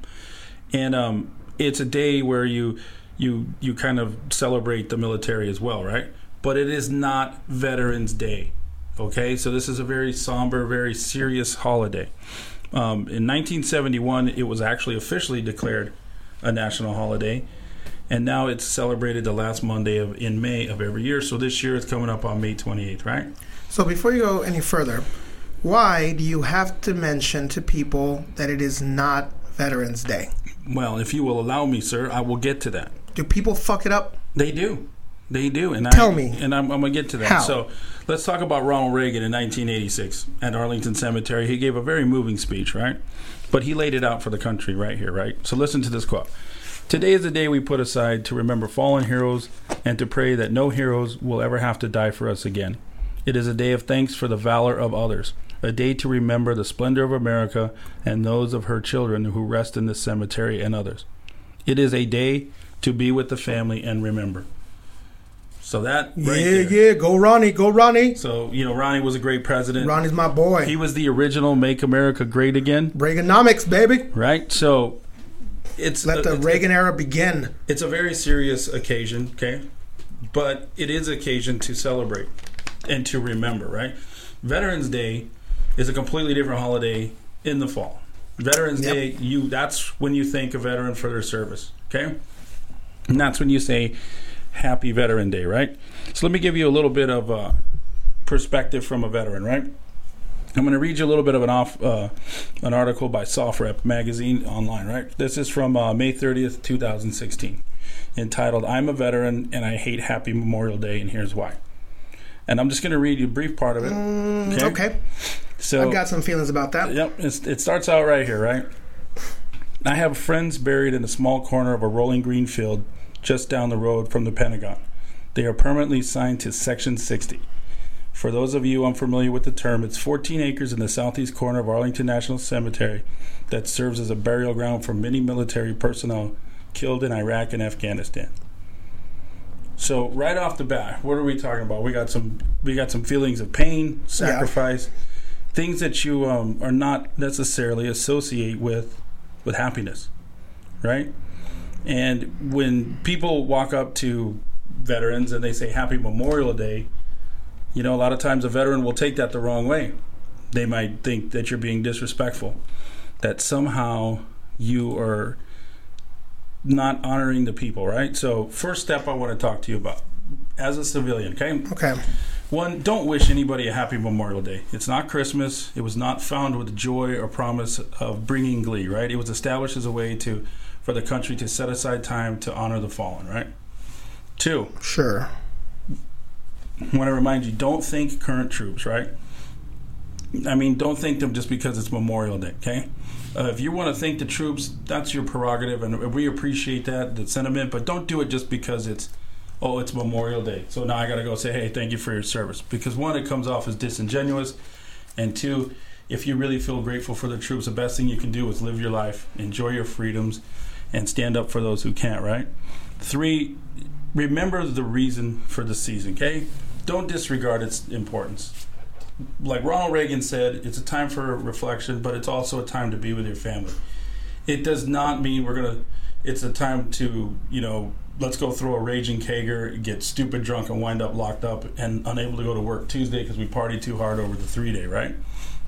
Speaker 5: and um, it's a day where you you you kind of celebrate the military as well, right? But it is not Veterans Day. Okay, so this is a very somber, very serious holiday. Um, in 1971, it was actually officially declared a national holiday, and now it's celebrated the last Monday of in May of every year. So this year it's coming up on May 28th, right?
Speaker 3: So before you go any further, why do you have to mention to people that it is not Veterans Day?
Speaker 5: Well, if you will allow me, sir, I will get to that.
Speaker 3: Do people fuck it up?
Speaker 5: They do. They do. And
Speaker 3: Tell
Speaker 5: I,
Speaker 3: me.
Speaker 5: And I'm, I'm going to get to that.
Speaker 3: How?
Speaker 5: So let's talk about Ronald Reagan in 1986 at Arlington Cemetery. He gave a very moving speech, right? But he laid it out for the country right here, right? So listen to this quote. Today is the day we put aside to remember fallen heroes and to pray that no heroes will ever have to die for us again. It is a day of thanks for the valor of others, a day to remember the splendor of America and those of her children who rest in this cemetery and others. It is a day to be with the family and remember. So that right
Speaker 3: yeah,
Speaker 5: there.
Speaker 3: yeah. Go Ronnie. Go Ronnie.
Speaker 5: So you know, Ronnie was a great president.
Speaker 3: Ronnie's my boy.
Speaker 5: He was the original "Make America Great Again,"
Speaker 3: Reaganomics, baby.
Speaker 5: right? So it's
Speaker 3: Let the
Speaker 5: it's-
Speaker 3: Reagan era begin.
Speaker 5: It's a very serious occasion, okay? But it is occasion to celebrate and to remember, right? Veterans Day is a completely different holiday in the fall. Veterans
Speaker 3: Yep.
Speaker 5: Day, you that's when you thank a veteran for their service, okay? And that's when you say happy Veteran Day, right? So let me give you a little bit of uh, perspective from a veteran, right? I'm going to read you a little bit of an off uh, an article by Soft Rep magazine online. Right, this is from uh, May 30th, 2016, entitled "I'm a Veteran and I Hate Happy Memorial Day and Here's Why." And I'm just going to read you a brief part of it.
Speaker 3: Mm, Okay.
Speaker 5: so
Speaker 3: I've got some feelings about that.
Speaker 5: Yep, it's, it starts out right here, right? I have friends buried in a small corner of a rolling green field just down the road from the Pentagon. They are permanently signed to Section 60. For those of you unfamiliar with the term, it's 14 acres in the southeast corner of Arlington National Cemetery that serves as a burial ground for many military personnel killed in Iraq and Afghanistan. So right off the bat, what are we talking about? We got some we got some feelings of pain, sacrifice, things that you um, are not necessarily associate with with happiness, right? And when people walk up to veterans and they say Happy Memorial Day, you know, a lot of times a veteran will take that the wrong way. They might think that you're being disrespectful, that somehow you are not honoring the people, right? So, first step I want to talk to you about as a civilian, okay?
Speaker 3: Okay.
Speaker 5: One, don't wish anybody a happy Memorial Day. It's not Christmas. It was not found with joy or promise of bringing glee, right? It was established as a way to for the country to set aside time to honor the fallen, right? Two,
Speaker 3: Sure.
Speaker 5: I want to remind you don't thank current troops, right? I mean, don't thank them just because it's Memorial Day, okay? Uh, if you want to thank the troops, that's your prerogative, and we appreciate that, the sentiment, but don't do it just because it's oh, it's Memorial Day. So now I got to go say, hey, thank you for your service. Because one, it comes off as disingenuous. And two, if you really feel grateful for the troops, the best thing you can do is live your life, enjoy your freedoms, and stand up for those who can't, right? Three, remember the reason for the season, okay? Don't disregard its importance. Like Ronald Reagan said, it's a time for reflection, but it's also a time to be with your family. It does not mean we're going to, it's a time to, you know, let's go throw a raging kegger, get stupid drunk, and wind up locked up and unable to go to work Tuesday because we party too hard over the three day, right?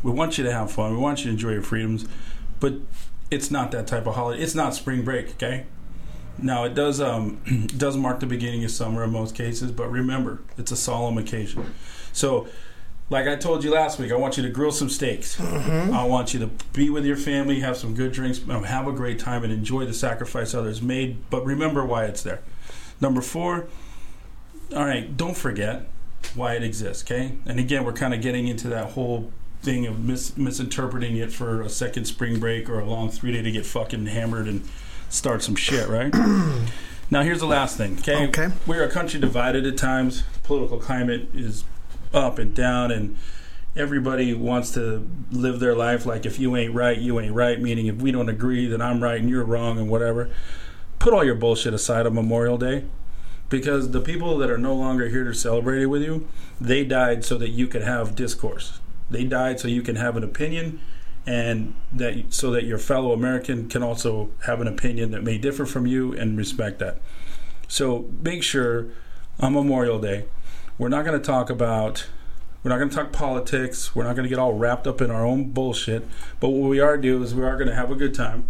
Speaker 5: We want you to have fun. We want you to enjoy your freedoms, but it's not that type of holiday. It's not spring break, okay? Now it does um, [clears throat] does mark the beginning of summer in most cases, but remember it's a solemn occasion. So, like I told you last week, I want you to grill some steaks. I want you to be with your family, have some good drinks, um, have a great time, and enjoy the sacrifice others made. But remember why it's there. Number four, all right, don't forget why it exists, okay? And again, we're kind of getting into that whole thing of mis- misinterpreting it for a second spring break or a long three day to get fucking hammered and start some shit, right? now, here's the last thing, okay?
Speaker 3: Okay.
Speaker 5: We're a country divided at times. Political climate is up and down, and everybody wants to live their life like if you ain't right, you ain't right, meaning if we don't agree, then I'm right and you're wrong and whatever. Put all your bullshit aside on Memorial Day because the people that are no longer here to celebrate it with you, they died so that you could have discourse. They died so you can have an opinion, and that so that your fellow American can also have an opinion that may differ from you and respect that. So make sure on Memorial Day, we're not going to talk about, we're not going to talk politics. We're not going to get all wrapped up in our own bullshit. But what we are do is we are going to have a good time.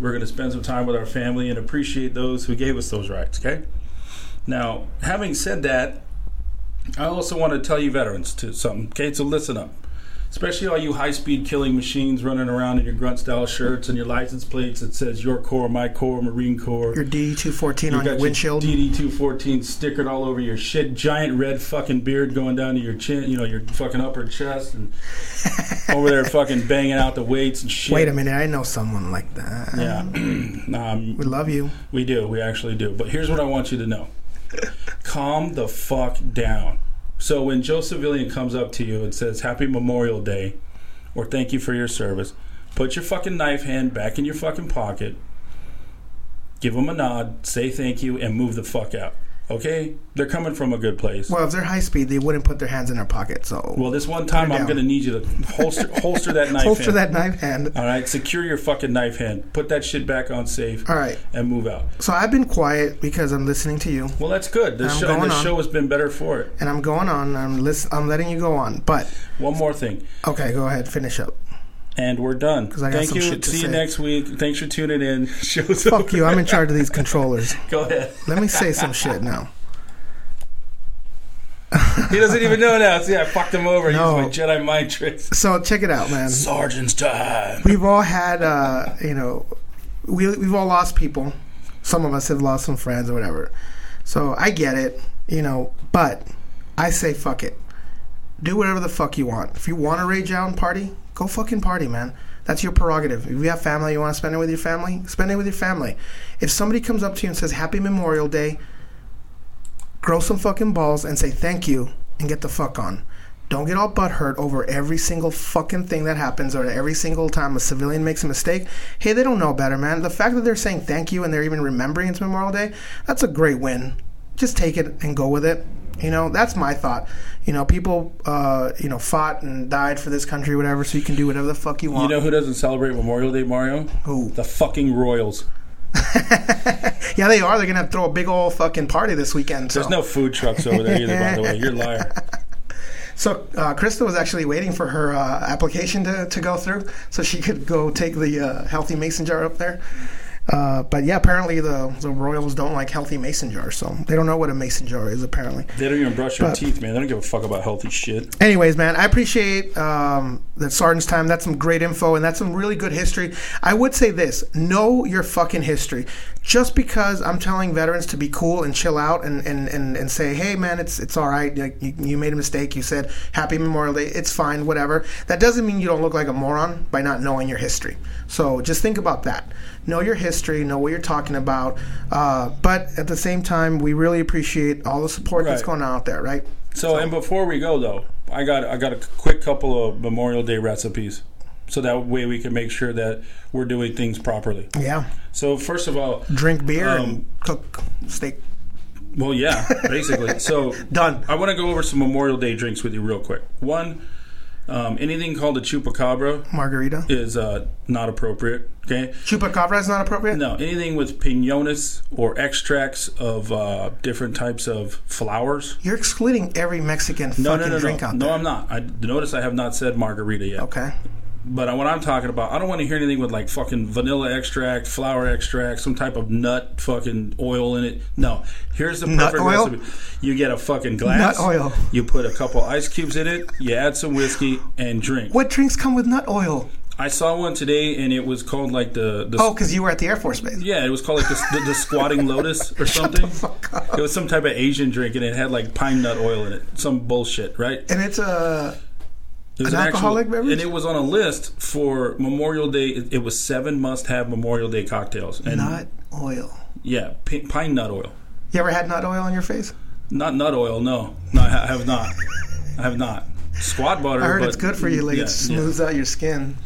Speaker 5: We're going to spend some time with our family and appreciate those who gave us those rights. Okay. Now, having said that, I also want to tell you veterans to something. Okay, so listen up. Especially all you high-speed killing machines running around in your grunt-style shirts and your license plates that says your corps, my corps, Marine Corps.
Speaker 3: Your D two fourteen on your windshield.
Speaker 5: DD two fourteen stickered all over your shit, giant red fucking beard going down to your chin, you know, your fucking upper chest,
Speaker 3: [laughs]
Speaker 5: and over there fucking banging out the weights and shit.
Speaker 3: Wait a minute, I know someone like that.
Speaker 5: Yeah, [clears throat] um,
Speaker 3: We love you.
Speaker 5: we do, we actually do. But here's what I want you to know: calm the fuck down. So when Joe Civilian comes up to you and says "Happy Memorial Day" or "Thank you for your service," put your fucking knife hand back in your fucking pocket, give him a nod, say thank you, and move the fuck out. Okay? They're coming from a good place.
Speaker 3: Well, if they're high speed, they wouldn't put their hands in their pocket. So
Speaker 5: Well, this one time,
Speaker 3: Put it
Speaker 5: I'm
Speaker 3: down.
Speaker 5: going to need you to holster, holster
Speaker 3: [laughs]
Speaker 5: that knife
Speaker 3: holster
Speaker 5: hand.
Speaker 3: that knife hand.
Speaker 5: All right? Secure your fucking knife hand. Put that shit back on safe.
Speaker 3: All right.
Speaker 5: And move out.
Speaker 3: So I've been quiet because I'm listening to you,
Speaker 5: Well, that's good. This
Speaker 3: I'm
Speaker 5: show, and
Speaker 3: going
Speaker 5: this
Speaker 3: on.
Speaker 5: show has been better for it.
Speaker 3: and I'm going on. I'm listen, I'm letting you go on. But
Speaker 5: One more thing.
Speaker 3: okay, go ahead, finish up.
Speaker 5: And we're done.
Speaker 3: I got
Speaker 5: Thank
Speaker 3: some
Speaker 5: you.
Speaker 3: shit to
Speaker 5: See you
Speaker 3: say.
Speaker 5: next week. Thanks for tuning in. [laughs] Show's
Speaker 3: Fuck you. I'm in charge of these controllers.
Speaker 5: Go ahead.
Speaker 3: Let me say some shit now.
Speaker 5: He doesn't even know now. See, I fucked him over.
Speaker 3: No.
Speaker 5: Used my Jedi mind tricks.
Speaker 3: So check it out, man.
Speaker 5: Sergeant's time.
Speaker 3: We've all had, uh, you know, we we've all lost people. Some of us have lost some friends or whatever. So I get it, you know. But I say fuck it. Do whatever the fuck you want. If you want to rage out and party, go fucking party, man. That's your prerogative. If you have family, you want to spend it with your family, spend it with your family. If somebody comes up to you and says Happy Memorial Day, grow some fucking balls and say thank you and get the fuck on. Don't get all butthurt over every single fucking thing that happens or every single time a civilian makes a mistake. Hey, they don't know better, man. The fact that they're saying thank you and they're even remembering it's Memorial Day, that's a great win. Just take it and go with it. You know, that's my thought. You know, people, uh, you know, fought and died for this country, whatever, so you can do whatever the fuck you
Speaker 5: You
Speaker 3: want.
Speaker 5: know who doesn't celebrate Memorial Day, Mario?
Speaker 3: Who?
Speaker 5: The fucking Royals.
Speaker 3: yeah, they are. They're going to throw a big old fucking party this weekend. So.
Speaker 5: There's no food trucks over there either, by the way. You're a
Speaker 3: [laughs]
Speaker 5: liar.
Speaker 3: So uh, Krista was actually waiting for her uh, application to, to go through, so she could go take the uh, healthy mason jar up there. Uh, but yeah, apparently the the Royals don't like healthy mason jars, so they don't know what a mason jar is apparently.
Speaker 5: They don't even brush their
Speaker 3: But-
Speaker 5: teeth, man. They don't give a fuck about healthy shit.
Speaker 3: Anyways, man, I appreciate um, that Sarden's time. That's some great info, and that's some really good history. I would say this: know your fucking history. just because I'm telling veterans to be cool and chill out and, and, and, and say, hey, man, it's it's all right. Like, you, you made a mistake. You said happy Memorial Day. It's fine, whatever. That doesn't mean you don't look like a moron by not knowing your history. So just think about that. Know your history, know what you're talking about. Uh, but at the same time, we really appreciate all the support that's
Speaker 5: Right.
Speaker 3: going on out there, right?
Speaker 5: So, and before we go though, I got I got a quick couple of Memorial Day recipes, so that way we can make sure that we're doing things properly.
Speaker 3: Yeah.
Speaker 5: So first of all,
Speaker 3: Drink beer
Speaker 5: Um,
Speaker 3: and cook steak.
Speaker 5: well, yeah, basically. So
Speaker 3: [laughs] Done.
Speaker 5: I want to go over some Memorial Day drinks with you real quick. One, um, anything called a chupacabra
Speaker 3: Margarita.
Speaker 5: is uh, not appropriate. Okay.
Speaker 3: Chupacabra is not appropriate?
Speaker 5: No, anything with pinones or extracts of uh, different types of flowers.
Speaker 3: You're excluding every Mexican
Speaker 5: No, no,
Speaker 3: fucking
Speaker 5: no,
Speaker 3: drink
Speaker 5: no.
Speaker 3: out
Speaker 5: no,
Speaker 3: there.
Speaker 5: I'm not. I notice I have not said margarita yet.
Speaker 3: Okay.
Speaker 5: But I- what I'm talking about, I don't want to hear anything with like fucking vanilla extract, flour extract, some type of nut fucking oil in it. No, here's the
Speaker 3: Nut
Speaker 5: perfect
Speaker 3: oil?
Speaker 5: recipe. You get a fucking glass,
Speaker 3: Nut oil.
Speaker 5: You put a couple ice cubes in it. You add some whiskey and drink.
Speaker 3: What drinks come with nut oil?
Speaker 5: I saw one today, and it was called like the the
Speaker 3: Oh, because you were at the Air Force Base.
Speaker 5: yeah, it was called like the, the, the squatting lotus
Speaker 3: [laughs]
Speaker 5: or something. It was some type of Asian drink, and it had like pine nut oil in it, some bullshit, right?
Speaker 3: And it's uh, a.
Speaker 5: It was
Speaker 3: An alcoholic beverage?
Speaker 5: and it was on a list for Memorial Day. It, it was seven must-have Memorial Day cocktails, and
Speaker 3: nut oil.
Speaker 5: yeah, pi- pine nut oil,
Speaker 3: You ever had nut oil on your face?
Speaker 5: not nut oil. No, no, I ha- I have not. I have not. Squat butter.
Speaker 3: I heard
Speaker 5: but-
Speaker 3: it's good for you, like
Speaker 5: yeah,
Speaker 3: it
Speaker 5: yeah.
Speaker 3: smooths out your skin.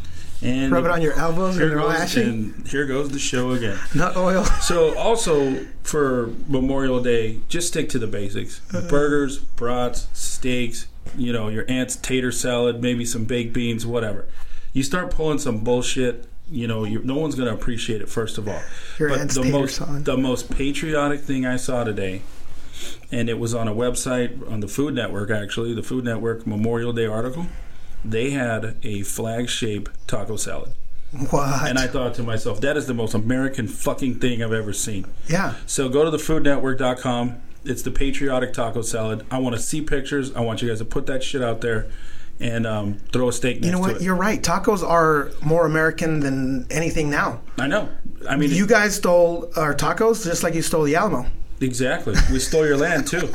Speaker 5: And
Speaker 3: Rub it on your elbows
Speaker 5: Here
Speaker 3: and your
Speaker 5: goes-
Speaker 3: lashes.
Speaker 5: and here goes the show again.
Speaker 3: Nut oil. [laughs]
Speaker 5: So also for Memorial Day, just stick to the basics:
Speaker 3: Uh-huh.
Speaker 5: burgers, brats, steaks. You know your aunt's tater salad, maybe some baked beans, whatever. You start pulling some bullshit. You know, you, no one's going to appreciate it. First of all,
Speaker 3: Your aunt's
Speaker 5: the
Speaker 3: tater
Speaker 5: most
Speaker 3: salad.
Speaker 5: the most patriotic thing I saw today, and it was on a website on the Food Network actually, the Food Network Memorial Day article. They had a flag shape taco salad.
Speaker 3: What?
Speaker 5: And I thought to myself, that is the most American fucking thing I've ever seen.
Speaker 3: yeah.
Speaker 5: So go to thefoodnetwork.com. It's the patriotic taco salad. I want to see pictures. I want you guys to put that shit out there and um, throw a steak next
Speaker 3: You know
Speaker 5: to
Speaker 3: what?
Speaker 5: it.
Speaker 3: You're right. Tacos are more American than anything now.
Speaker 5: I know. I mean,
Speaker 3: You guys stole our tacos just like you stole the Alamo.
Speaker 5: exactly. We stole your land
Speaker 3: [laughs]
Speaker 5: too.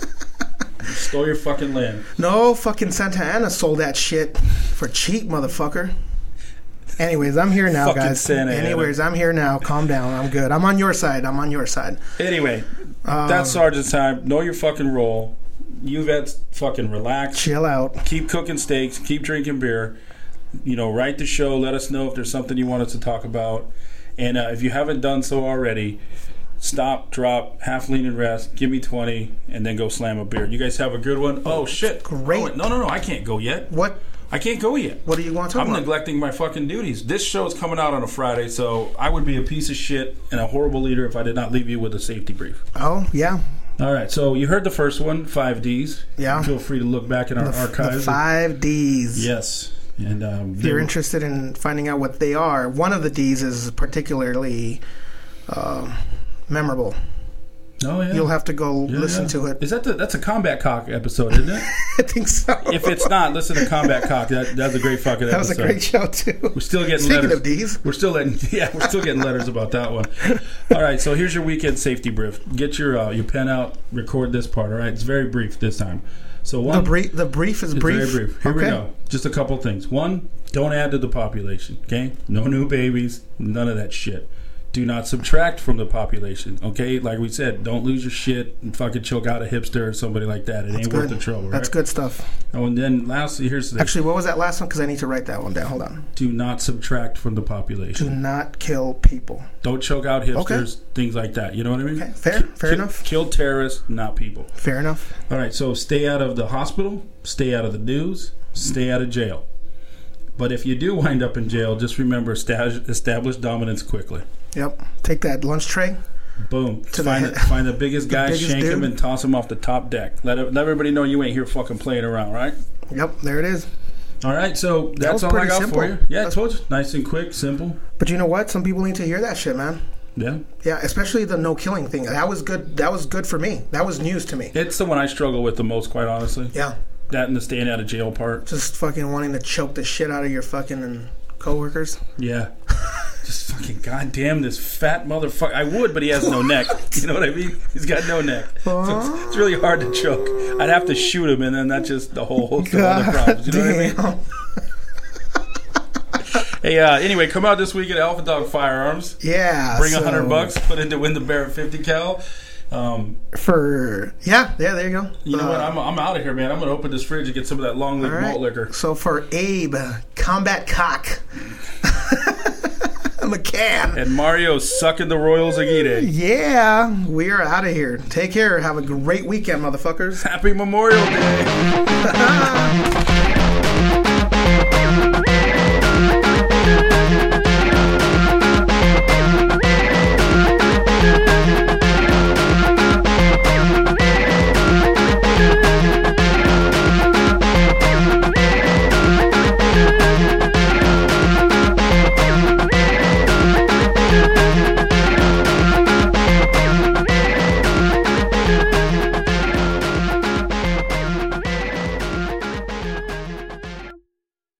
Speaker 5: stole your fucking land.
Speaker 3: No fucking Santa Ana sold that shit for cheap, motherfucker. Anyways, I'm here now,
Speaker 5: Fucking
Speaker 3: guys.
Speaker 5: Santa Ana.
Speaker 3: Anyways, I'm here now. Calm down. I'm good. I'm on your side. I'm on your side.
Speaker 5: Anyway, that's
Speaker 3: Um,
Speaker 5: sergeant's time. Know your fucking role. You vets, fucking relax.
Speaker 3: Chill out.
Speaker 5: keep cooking steaks, keep drinking beer. You know, write the show. Let us know if there's something you want us to talk about. And uh, if you haven't done so already, stop, drop, half lean and rest, give me 20, and then go slam a beer. You guys have a good one. Oh, shit.
Speaker 3: Great.
Speaker 5: Oh, no, no, no. I can't go yet.
Speaker 3: What?
Speaker 5: I can't go yet.
Speaker 3: What do you want to talk
Speaker 5: I'm
Speaker 3: about?
Speaker 5: neglecting my fucking duties. This show is coming out on a Friday, so I would be a piece of shit and a horrible leader if I did not leave you with a safety brief.
Speaker 3: oh yeah,
Speaker 5: All right, so you heard the first one, 5Ds.
Speaker 3: Yeah.
Speaker 5: Feel free to look back in our
Speaker 3: the
Speaker 5: archives.
Speaker 3: five D's.
Speaker 5: Yes, and um,
Speaker 3: If you're
Speaker 5: they-
Speaker 3: interested in finding out what they are, one of the D's is particularly um, memorable.
Speaker 5: Oh yeah,
Speaker 3: You'll have to go
Speaker 5: Yeah,
Speaker 3: listen
Speaker 5: yeah.
Speaker 3: to it.
Speaker 5: Is that the, that's a combat cock episode, isn't it?
Speaker 3: [laughs] I think so.
Speaker 5: [laughs] if it's not, listen to combat cock. That, that's a great fucking.
Speaker 3: that was a
Speaker 5: episode.
Speaker 3: great show too.
Speaker 5: We're still getting
Speaker 3: Speaking
Speaker 5: letters.
Speaker 3: of D's.
Speaker 5: We're still getting [laughs] yeah, we're still getting letters about that
Speaker 3: [laughs]
Speaker 5: one. All right, so here's your weekend safety brief. Get your uh, your pen out. Record this part. All right, it's very brief this time. So
Speaker 3: The
Speaker 5: one
Speaker 3: brief, the brief is
Speaker 5: It's
Speaker 3: brief.
Speaker 5: Very brief. Here
Speaker 3: okay.
Speaker 5: we go. Just a couple things. One, don't add to the population. Okay, no new babies, none of that shit. Do not subtract from the population. Okay, like we said, don't lose your shit and fucking choke out a hipster or somebody like that. It ain't worth
Speaker 3: Good.
Speaker 5: the trouble.
Speaker 3: That's
Speaker 5: right?
Speaker 3: good stuff.
Speaker 5: Oh, and then lastly, here's the
Speaker 3: Actually, what was that last one? Because I need to write that one down. Hold on.
Speaker 5: do not subtract from the
Speaker 3: Do
Speaker 5: population.
Speaker 3: not kill people.
Speaker 5: Don't choke out hipsters, things like that. You know what I mean?
Speaker 3: Okay, fair, fair
Speaker 5: Kill-
Speaker 3: enough.
Speaker 5: Kill terrorists, not people.
Speaker 3: Fair enough.
Speaker 5: All right, so stay out of the hospital, stay out of the news, stay out of jail. But if you do wind up in jail, just remember establish, establish dominance quickly.
Speaker 3: Yep. Take that lunch tray.
Speaker 5: Boom.
Speaker 3: To [laughs] the
Speaker 5: find,
Speaker 3: head-
Speaker 5: the, find the biggest guy,
Speaker 3: biggest
Speaker 5: shank him,
Speaker 3: dude.
Speaker 5: and toss him off the top deck. Let, it- let everybody know you ain't here fucking playing around, right?
Speaker 3: Yep. There it is.
Speaker 5: All right, so that's
Speaker 3: was
Speaker 5: all I
Speaker 3: pretty
Speaker 5: got
Speaker 3: simple.
Speaker 5: for you. Yeah, I
Speaker 3: That's-
Speaker 5: told you. Nice and quick, simple.
Speaker 3: But you know what? Some people need to hear that shit, man.
Speaker 5: Yeah.
Speaker 3: Yeah, especially the no killing thing. That was good. That was good for me. That was news to me.
Speaker 5: It's the one I struggle with the most, quite honestly.
Speaker 3: Yeah.
Speaker 5: That and the staying out of jail part. [laughs]
Speaker 3: Just fucking wanting to choke the shit out of your fucking coworkers.
Speaker 5: Yeah. Just fucking goddamn this fat motherfucker. I would, but he has
Speaker 3: [laughs]
Speaker 5: no neck. You know what I mean? He's got no neck. [laughs] So it's, it's really hard to choke. I'd have to shoot him, and then that's just the whole host of other problems. You know what I mean?
Speaker 3: Damn.
Speaker 5: Hey, uh, anyway, come out this week at Alpha Dog Firearms.
Speaker 3: [laughs] Yeah.
Speaker 5: Bring a
Speaker 3: so-
Speaker 5: hundred bucks, put into Win the Bear at fifty cal. Um,
Speaker 3: for yeah, yeah. There you go.
Speaker 5: you know
Speaker 3: Uh,
Speaker 5: what? I'm, I'm out of here, man. I'm gonna open this fridge and get some of that long leaf
Speaker 3: all right.
Speaker 5: malt liquor.
Speaker 3: So for Abe, combat cock, [laughs] McCann.
Speaker 5: And Mario sucking the Royals Agite.
Speaker 3: Yeah, we are out of here. Take care. Have a great weekend, motherfuckers.
Speaker 5: Happy Memorial Day.